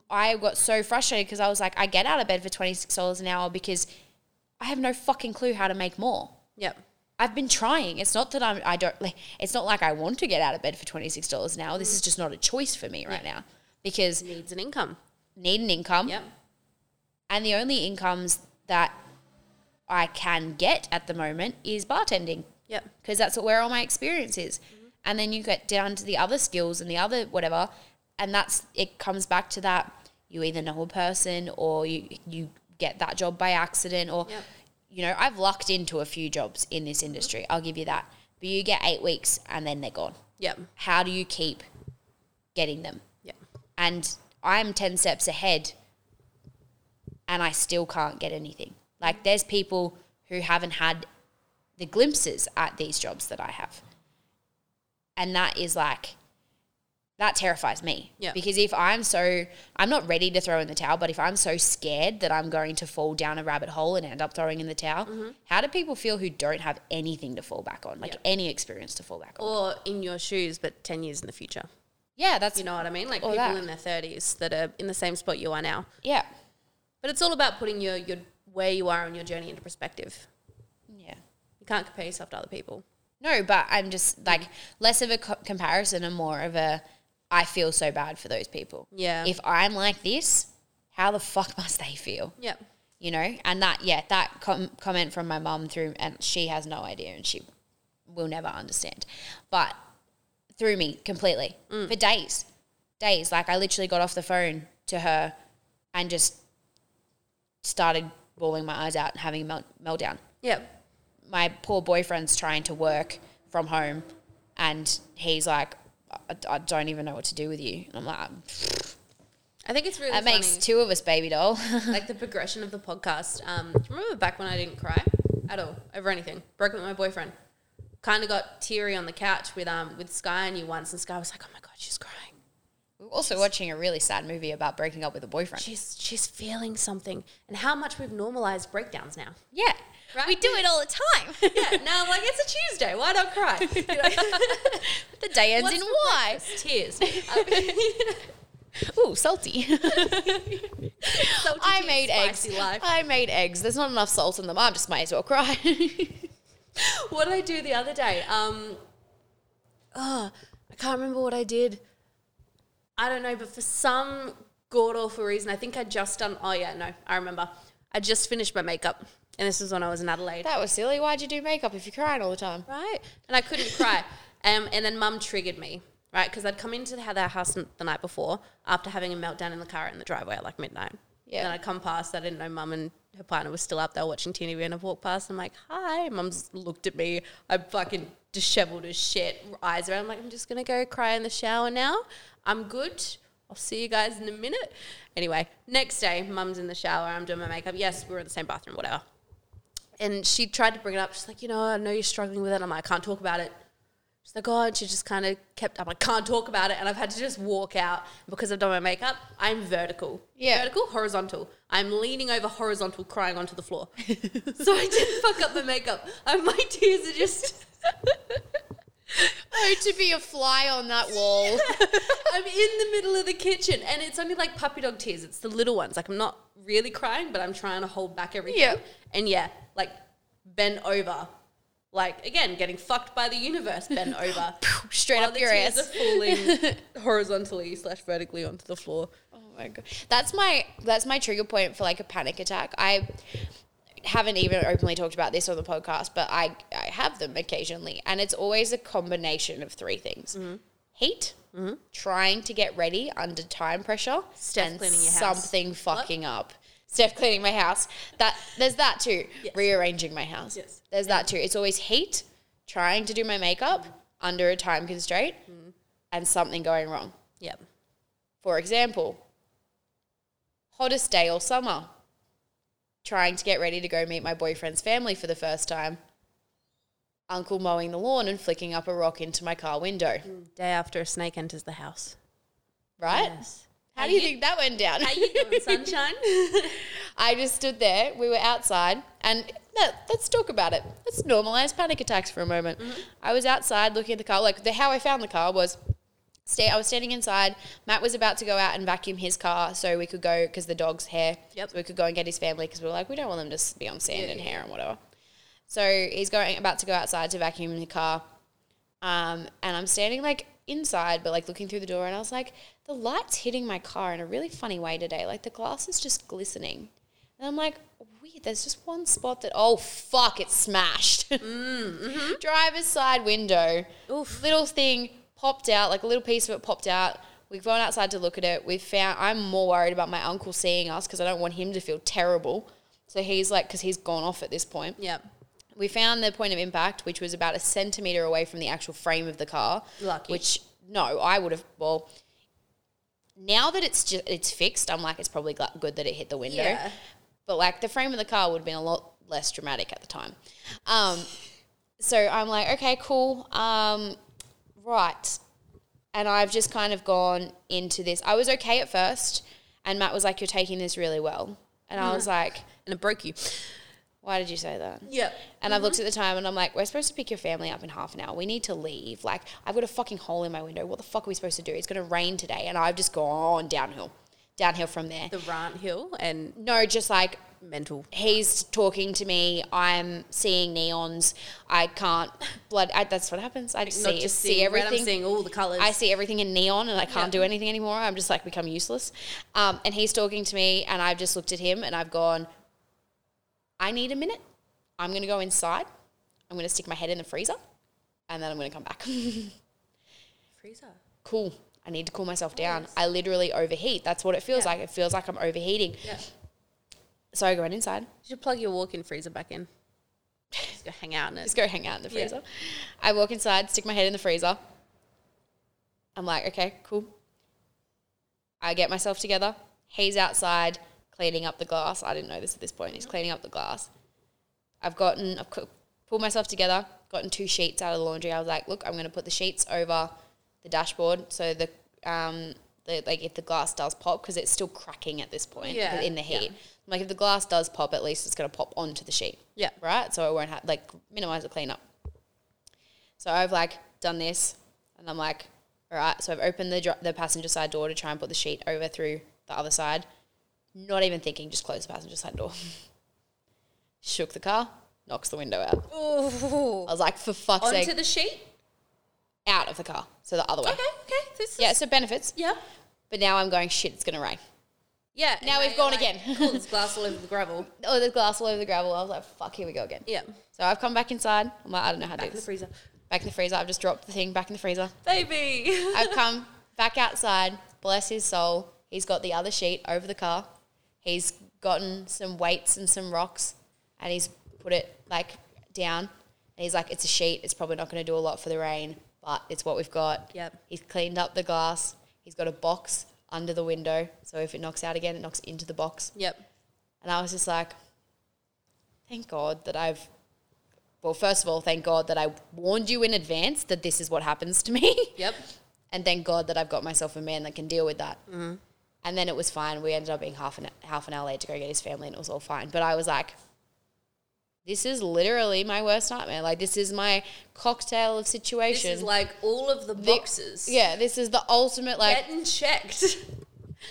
S3: I got so frustrated because I was like, I get out of bed for twenty six dollars an hour because I have no fucking clue how to make more.
S1: Yep.
S3: I've been trying. It's not that I'm. I don't like. It's not like I want to get out of bed for twenty six dollars an hour. This is just not a choice for me right now because
S1: Needs an income.
S3: need an income
S1: Yep.
S3: and the only incomes that I can get at the moment is bartending
S1: Yep.
S3: because that's where all my experience is. And then you get down to the other skills and the other whatever, and that's it comes back to that you either know a person or you you get that job by accident or
S1: Yep.
S3: you know I've lucked into a few jobs in this industry. I'll give you that, but you get eight weeks and then they're gone.
S1: Yep.
S3: How do you keep getting them?
S1: Yep.
S3: and I'm 10 steps ahead and I still can't get anything. Like there's people who haven't had the glimpses at these jobs that I have. And that is like that terrifies me.
S1: Yeah.
S3: Because if I'm so I'm not ready to throw in the towel, but if I'm so scared that I'm going to fall down a rabbit hole and end up throwing in the towel, how do people feel who don't have anything to fall back on? Like
S1: Mm-hmm. Yeah.
S3: any experience to fall back on?
S1: Or in your shoes, but 10 years in the future.
S3: yeah, that's
S1: You know what I mean? Like
S3: Or
S1: people
S3: that.
S1: in their 30s that are in the same spot you are now.
S3: yeah.
S1: But it's all about putting your, your where you are on your journey into perspective.
S3: Yeah.
S1: You can't compare yourself to other people.
S3: No, but I'm just like less of a co- comparison and more of a I feel so bad for those people.
S1: Yeah.
S3: If I'm like this, how the fuck (laughs) must they feel?
S1: Yep.
S3: You know? And that yeah, that com- comment from my mum through and she has no idea and she will never understand. But through me completely for days. Days like I literally got off the phone to her and just started bawling my eyes out and having a melt- meltdown
S1: Yep.
S3: my poor boyfriend's trying to work from home and he's like I, I don't even know what to do with you and i'm like "Um,
S1: I think it's really
S3: that
S1: funny.
S3: makes two of us baby doll
S1: (laughs)
S3: (laughs)
S1: like the progression of the podcast. Um, do you remember back when I didn't cry at all over anything? Broke up with my boyfriend. Kind of got teary on the couch with um with Sky and you once, and Sky was like, "Oh my god, she's crying.
S3: we're also watching a really sad movie about breaking up with a boyfriend
S1: She's she's feeling something." And how much we've normalized breakdowns now.
S3: yeah
S1: Right?
S3: we do it all the time
S1: (laughs) Yeah, now I'm like, it's a Tuesday. Why not (laughs) cry? You know?
S3: (laughs) the day ends
S1: What's
S3: in
S1: for
S3: y
S1: breakfast? (laughs) Tears.
S3: ooh salty (laughs)
S1: Salty
S3: i
S1: tears,
S3: made eggs
S1: spicy Life.
S3: i made eggs there's not enough salt in them i just might as well cry (laughs)
S1: what did I do the other day? Um, oh, I can't remember what I did. I don't know, but for some god awful reason, I think I just done. Oh yeah, no, I remember. I just finished my makeup, and this was when I was in Adelaide,
S3: that was silly why'd you do makeup if you're crying all the time
S1: right? And I couldn't cry, um, and then Mum triggered me, right? Because I'd come into the- their house n- the night before after having a meltdown in the car in the driveway at like midnight.
S3: Yeah.
S1: Then I come past. I didn't know Mum and her partner was still up. They were watching TV, and I walked past. And I'm like, "Hi." Mum's looked at me. I'm fucking dishevelled as shit. Eyes around. I'm like, "I'm just gonna go cry in the shower now. I'm good. I'll see you guys in a minute." Anyway, next day, Mum's in the shower. I'm doing my makeup. Yes, we were in the same bathroom. Whatever. And she tried to bring it up. She's like, "You know, I know you're struggling with it." I'm like, "I can't talk about it." She's like, oh, and she just kind of kept up. I can't talk about it. And I've had to just walk out because I've done my makeup. I'm vertical.
S3: Yeah.
S1: Vertical, horizontal. I'm leaning over horizontal, crying onto the floor. (laughs) so I didn't fuck up my makeup. And my tears are just,
S3: oh to be a fly on that wall
S1: I'm in the middle of the kitchen. And it's only like puppy dog tears. It's the little ones. Like I'm not really crying, but I'm trying to hold back everything.
S3: Yeah.
S1: And yeah, like bent over, like again getting fucked by the universe (laughs) bent over
S3: (laughs) Straight
S1: while
S3: up
S1: the
S3: your
S1: tears
S3: ass.
S1: are (laughs) falling horizontally slash vertically onto the floor.
S3: Oh my god. That's my that's my trigger point for like a panic attack. I haven't even openly talked about this on the podcast, but I I have them occasionally, and it's always a combination of three things:
S1: Mm-hmm.
S3: heat, trying to get ready under time pressure,
S1: Steph
S3: and
S1: cleaning your house.
S3: something fucking up. Steph cleaning my house. That there's that too. Rearranging my house.
S1: Yes.
S3: There's that too. It's always heat, trying to do my makeup under a time constraint,
S1: Mm-hmm.
S3: and something going wrong.
S1: Yep.
S3: For example, hottest day all summer. Trying to get ready to go meet my boyfriend's family for the first time. Uncle mowing the lawn and flicking up a rock into my car window.
S1: Day after a snake enters the house.
S3: Right? How do you think that went down?
S1: How you (laughs) doing, sunshine?
S3: I just stood there. We were outside, and let, let's talk about it. Let's normalize panic attacks for a moment. I was outside looking at the car. Like the how I found the car was, stay. I was standing inside. Matt was about to go out and vacuum his car so we could go because the dog's hair.
S1: Yep.
S3: So we could go and get his family because we were like we don't want them to s- be on sand and hair and whatever. So he's going about to go outside to vacuum the car, um, and I'm standing like inside, but like looking through the door, and I was like, the light's hitting my car in a really funny way today. Like the glass is just glistening, and I'm like, weird. There's just one spot that oh fuck, it's smashed. (laughs) Driver's side window, little thing popped out, like a little piece of it popped out. We've gone outside to look at it. We've found. I'm more worried about my uncle seeing us because I don't want him to feel terrible. So he's like, because he's gone off at this point.
S1: yep.
S3: We found the point of impact, which was about a centimeter away from the actual frame of the car.
S1: Lucky.
S3: Which no, I would have. Well, now that it's just it's fixed, I'm like it's probably gl- good that it hit the window.
S1: Yeah.
S3: But like the frame of the car would have been a lot less dramatic at the time. Um, so I'm like, okay, cool. Um, right. And I've just kind of gone into this. I was okay at first, and Matt was like, "You're taking this really well," and
S1: Mm.
S3: I was like,
S1: And it broke you.
S3: "Why did you say that?"
S1: Yep.
S3: And I've looked at the time and I'm like, we're supposed to pick your family up in half an hour. We need to leave. Like, I've got a fucking hole in my window. What the fuck are we supposed to do? It's going to rain today. And I've just gone downhill, downhill from there.
S1: The Rant Hill and
S3: No, just like
S1: mental.
S3: he's talking to me. I'm seeing neons. I can't blood. I, that's what happens. I just
S1: Not
S3: see,
S1: just
S3: see
S1: seeing red,
S3: everything.
S1: I'm seeing all the colours.
S3: I see everything in neon and I can't do anything anymore. I'm just like become useless. Um, and he's talking to me, and I've just looked at him and I've gone, I need a minute. I'm going to go inside. I'm going to stick my head in the freezer and then I'm going to come back. (laughs)
S1: freezer.
S3: cool. I need to cool myself down. I literally overheat. That's what it feels
S1: Yeah.
S3: like. It feels like I'm overheating.
S1: Yeah.
S3: So I go inside.
S1: You should plug your walk-in freezer back in. Just go hang out in it.
S3: just go hang out in the
S1: Yeah.
S3: freezer. I walk inside, stick my head in the freezer. I'm like, okay, cool. I get myself together. He's outside cleaning up the glass. I didn't know this at this point. He's cleaning up the glass. I've gotten, I've cou- pulled myself together, gotten two sheets out of the laundry. I was like, look, I'm going to put the sheets over the dashboard so the, um, the like if the glass does pop because it's still cracking at this point
S1: Yeah,
S3: in the
S1: yeah.
S3: heat. I'm like if the glass does pop, at least it's going to pop onto the sheet
S1: Yeah.
S3: right? So I won't have like minimize the cleanup. So I've like done this, and I'm like, all right. So I've opened the dr- the passenger side door to try and put the sheet over through the other side. Not even thinking, just close the passenger side door. (laughs) Shook the car, knocks the window out. I was like, for fuck's
S1: Onto
S3: sake,
S1: the sheet.
S3: out of the car. So the other way.
S1: Okay, okay. This
S3: Yeah,
S1: is
S3: so benefits.
S1: yeah.
S3: But now I'm going, shit, it's going to rain.
S1: Yeah. and
S3: Now we've
S1: you're
S3: gone
S1: like,
S3: again.
S1: cool, there's glass all over the
S3: (laughs)
S1: gravel.
S3: Oh, the glass all over the gravel. I was like, fuck, here we go again.
S1: Yeah.
S3: So I've come back inside. I'm like, I don't know how to
S1: Back
S3: do
S1: in the
S3: this.
S1: freezer.
S3: back in the freezer. I've just dropped the thing back in the freezer.
S1: Baby. (laughs)
S3: I've come back outside. Bless his soul. He's got the other sheet over the car. He's gotten some weights and some rocks, and he's put it like down. And he's like, "It's a sheet. It's probably not going to do a lot for the rain, but it's what we've got."
S1: Yep.
S3: He's cleaned up the glass. He's got a box under the window, so if it knocks out again, it knocks into the box.
S1: Yep.
S3: And I was just like, thank God that I've, well, first of all, thank God that I warned you in advance that this is what happens to me. (laughs)
S1: Yep.
S3: And thank God that I've got myself a man that can deal with that.
S1: Mm-hmm.
S3: And then it was fine. We ended up being half an, half an hour late to go get his family and it was all fine. But I was like, this is literally my worst nightmare. Like, this is my cocktail of
S1: This
S3: situations.
S1: is like all of the
S3: The-
S1: boxes.
S3: yeah, this is the ultimate, like, (laughs)
S1: Getting checked.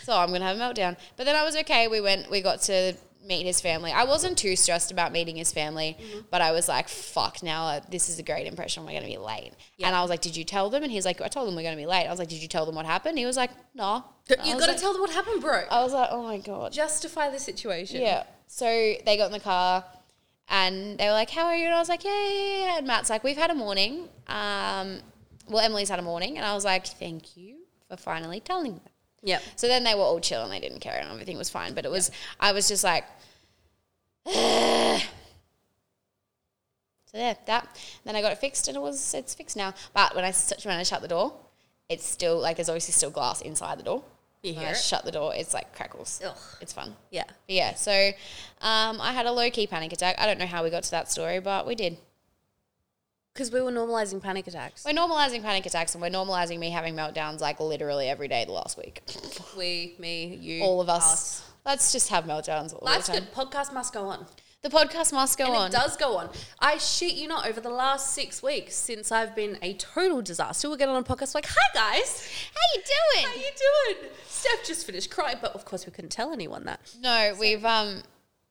S3: so I'm gonna have a meltdown. But then I was okay. We went, we got to meet his family. I wasn't too stressed about meeting his family,
S1: Mm-hmm.
S3: but I was like, fuck, now uh, this is a great impression. We're going to be late. And I was like, did you tell them? And he's like, I told them we're going to be late. I was like, did you tell them what happened? He was like, nah. I
S1: You got
S3: was
S1: to
S3: like-
S1: tell them what happened, bro.
S3: I was like, oh my God.
S1: Justify the situation.
S3: Yeah. So they got in the car and they were like, How are you? And I was like, Yeah, yeah, yeah. And Matt's like, We've had a morning. Um, well, Emily's had a morning. And I was like, Thank you for finally telling them.
S1: Yeah.
S3: So then they were all chill and they didn't care and everything was fine. But it was, I was just like, (sighs) so there, that. Then I got it fixed and it was, it's fixed now. But when I, s- when I shut the door, it's still like, there's obviously still glass inside the door.
S1: You
S3: When
S1: hear
S3: I
S1: it?
S3: shut the door, it's like crackles.
S1: Ugh.
S3: It's fun.
S1: Yeah.
S3: But yeah, so um, I had a low key panic attack. I don't know how we got to that story, but we did.
S1: Because we were normalizing panic attacks.
S3: We're normalizing panic attacks and we're normalizing me having meltdowns like literally every day the last week.
S1: We, me, you,
S3: All of us. Let's just have meltdowns all
S1: Life's
S3: the time.
S1: good. Podcast must go on.
S3: The podcast must go
S1: and
S3: on.
S1: it does go on. I shit you not, over the last six weeks since I've been a total disaster, we're getting on a podcast like, hi guys,
S3: How you
S1: how
S3: doing?
S1: you doing? Steph just finished crying, but of course we couldn't tell anyone that.
S3: No, we've um,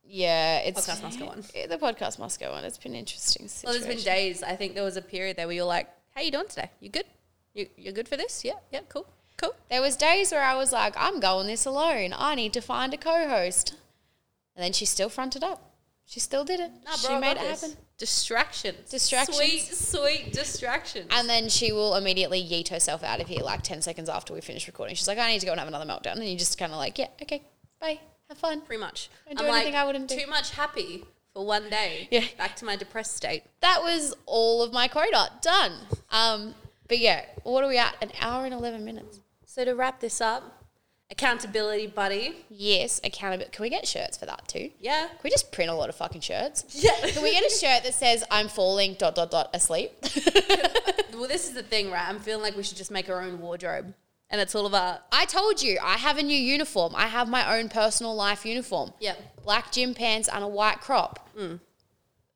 S3: yeah, it's
S1: Podcast must go on.
S3: Yeah, The podcast must go on. It's been an interesting.
S1: Well,
S3: Situation.
S1: there's been days, I think there was a period there where you're like, how you doing today? You good? You, you're good for this? Yeah, yeah, cool, cool.
S3: There was days where I was like, I'm going this alone. I need to find a co-host, and then she still fronted up. She still did it.
S1: Nah,
S3: she
S1: bro, I
S3: made it
S1: got this.
S3: happen.
S1: Distractions.
S3: Distractions.
S1: Sweet, sweet distractions.
S3: And then she will immediately yeet herself out of here like 10 seconds after we finish recording. She's like, I need to go and have another meltdown. And you just kind of like, yeah, okay, bye, have fun.
S1: Pretty much.
S3: Don't do anything I wouldn't do.
S1: Too much happy for one day.
S3: Yeah.
S1: Back to my depressed state.
S3: That was all of my quota. Done. Um, but yeah, what are we at? An hour and 11 minutes.
S1: So to wrap this up, accountability buddy.
S3: Yes, accountability. Can we get shirts for that too?
S1: Yeah.
S3: Can we just print a lot of fucking shirts?
S1: (laughs) Yeah.
S3: Can we get a shirt that says, I'm falling, dot, dot, dot, asleep? (laughs)
S1: well, this is the thing, right? I'm feeling like we should just make our own wardrobe. And it's all of our
S3: I told you, I have a new uniform. I have my own personal life uniform.
S1: Yep.
S3: Black gym pants and a white crop.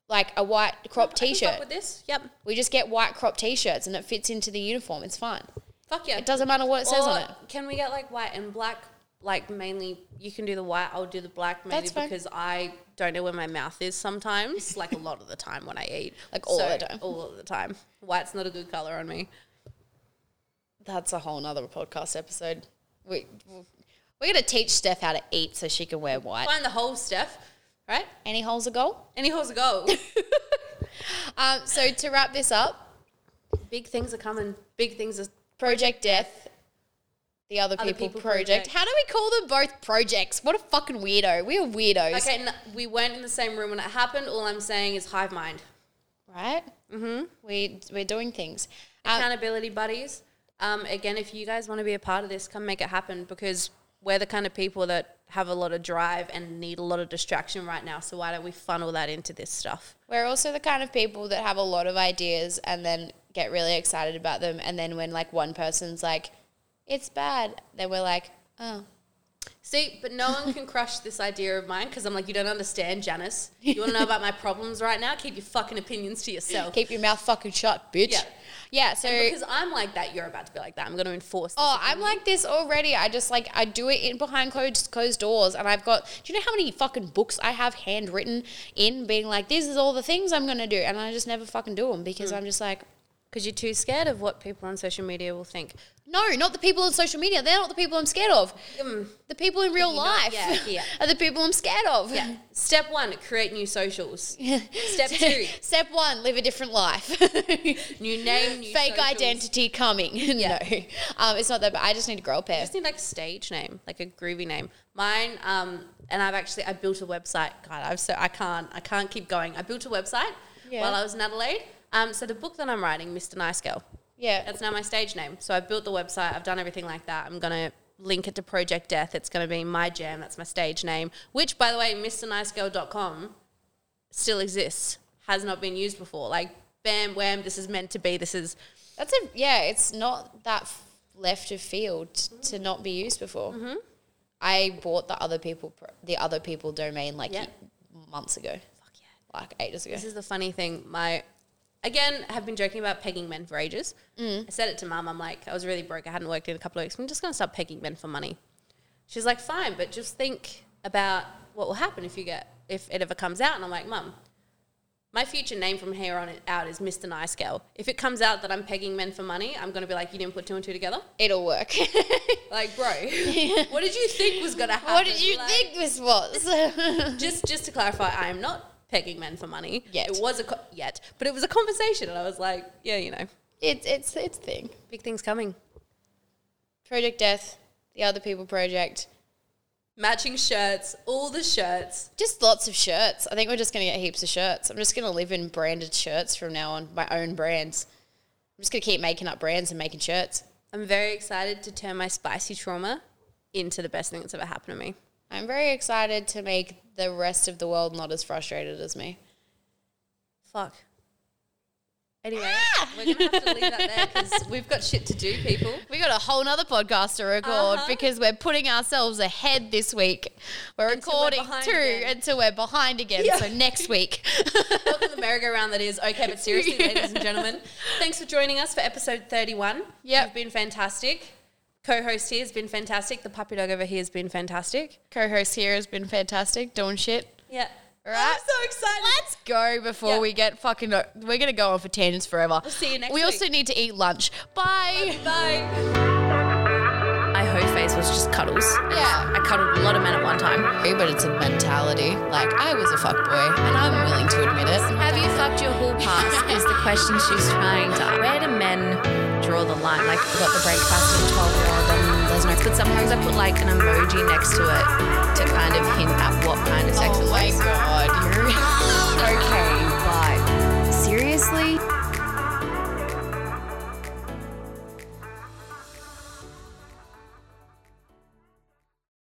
S3: Like a white (laughs) crop
S1: I can
S3: t
S1: fuck
S3: shirt.
S1: with this. Yep.
S3: We just get white crop t shirts and it fits into the uniform. It's fine.
S1: Fuck yeah.
S3: It doesn't matter what it says on it.
S1: Can we get like white and black? Like mainly, you can do the white. I'll do the black mainly
S3: That's fine.
S1: because I don't know where my mouth is sometimes. Like a lot of the time when I eat,
S3: (laughs) Like all of the time.
S1: all of the time. White's not a good color on me.
S3: That's a whole nother podcast episode. We, we're going to teach Steph how to eat so she can wear white.
S1: Find the whole Steph, right?
S3: Any holes a goal?
S1: Any holes go.
S3: (laughs) Um, so to wrap this up,
S1: Big things are coming. Big things are
S3: Project Death, the other people,
S1: Other People
S3: project.
S1: Project.
S3: How do we call them both projects? What a fucking weirdo. We are weirdos.
S1: Okay, n we weren't in the same room when it happened. All I'm saying is hive mind.
S3: right? Mm-hmm. We we're doing things.
S1: Uh,
S3: Um,
S1: Accountability buddies. Um, again, if you guys want to be a part of this, come make it happen because we're the kind of people that have a lot of drive and need a lot of distraction right now. So why don't we funnel that into this stuff?
S3: we're also the kind of people that have a lot of ideas and then get really excited about them, and then when like one person's like, "It's bad," then we're like, "Oh,
S1: See, but no one can crush this idea of mine because I'm like, you don't understand, Janice. You want to know about my problems right now? Keep your fucking opinions to yourself.
S3: keep your mouth fucking shut, bitch." Yeah.
S1: Yeah.
S3: so
S1: because I'm like that, you're about to be like that. I'm going to enforce. This.
S3: Oh, I'm like this already. I just like I do it in behind closed closed doors, and I've got. Do you know how many fucking books I have handwritten in, being like, "This is all the things I'm gonna do," and I just never fucking do them because
S1: Mm.
S3: I'm just like,
S1: because you're too scared of what people on social media will think.
S3: no, not the people on social media. They're not the people I'm scared of. the people in real
S1: Mm. you not-
S3: life
S1: yeah, yeah.
S3: (laughs) are the people I'm scared of.
S1: Yeah.
S3: (laughs)
S1: Step one, create new (laughs) socials. Step two,
S3: Step one: live a different life. (laughs)
S1: new name, new
S3: Fake
S1: socials.
S3: identity coming. (laughs) no, um, it's not that. But I just need to grow a
S1: I
S3: pair.
S1: just need like a stage name, like a groovy name. Mine, um, and I've actually I built a website. God, I've so I can't I can't keep going. I built a website
S3: Yeah.
S1: while I was in Adelaide. Um, so the book that I'm writing, Mr. Nice Girl,
S3: Yeah,
S1: that's now my stage name. So I've built the website. I've done everything like that. I'm gonna link it to Project Death. It's gonna be my jam. That's my stage name. Which, by the way, MrNiceGirl.com still exists. Has not been used before. Like bam, wham. This is meant to be. This is
S3: That's a yeah. It's not that f- left of field t- to not be used before.
S1: Mm-hmm.
S3: I bought the other people pro- the other people domain like
S1: Yeah.
S3: y- months ago. Fuck yeah, like ages ago.
S1: This is the funny thing. My, again, have been joking about pegging men for ages.
S3: Mm.
S1: I said it to mum. I'm like, I was really broke. I hadn't worked in a couple of weeks. I'm just going to start pegging men for money. She's like, fine, but just think about what will happen if you get if it ever comes out? And I'm like, Mum, my future name from here on out is Mr. Nice Girl. If it comes out that I'm pegging men for money, I'm gonna be like, you didn't put two and two together.
S3: It'll work.
S1: (laughs) Like, bro, (laughs) what did you think was gonna happen?
S3: (laughs) what did you
S1: Like,
S3: think this was? (laughs)
S1: Just, just to clarify, I am not pegging men for money.
S3: Yet.
S1: it was a co- yet, but it was a conversation, and I was like, yeah, you know,
S3: it's it's it's thing.
S1: big things coming.
S3: Project Death, the other people project.
S1: Matching shirts, all the shirts.
S3: Just lots of shirts. I think we're just gonna get heaps of shirts. I'm just gonna live in branded shirts from now on, my own brands. I'm just gonna keep making up brands and making shirts.
S1: I'm very excited to turn my spicy trauma into the best thing that's ever happened to me.
S3: I'm very excited to make the rest of the world not as frustrated as me.
S1: Fuck. Anyway, we're gonna have to leave that there because we've got shit to do, people.
S3: We got a whole nother podcast to record
S1: Uh-huh.
S3: because we're putting ourselves ahead this week. We're
S1: Until we're
S3: recording
S1: behind
S3: two
S1: again.
S3: until we're behind again.
S1: Yeah.
S3: So next (laughs) week.
S1: Welcome to the merry-go-round that is okay,
S4: (laughs)
S1: but seriously, ladies and gentlemen, thanks for joining us for episode 31.
S3: Yep.
S1: you've been fantastic. Co-host here has been fantastic. The puppy dog over here has been fantastic.
S3: Co-host here has been fantastic, doing shit.
S1: Yeah,
S3: All right.
S1: I'm so excited.
S3: Let's go before
S1: Yeah.
S3: we get fucking. We're gonna go on for tangents forever. We'll
S1: see you next
S3: We also
S1: week.
S3: need to eat lunch. Bye.
S1: Bye.
S4: My whole face was just cuddles.
S3: Yeah.
S4: I cuddled a lot of men at one time.
S2: But it's a mentality. Like, I was a fuckboy, and I'm willing to admit it.
S3: Oh
S4: Have you fucked your whole past? is the question she's trying to. Where do men draw the line? Like, I've got the breakfast at 12 year old, and there's no. But sometimes I put like an emoji next to it to kind of hint at what kind of sex (laughs)
S3: Oh,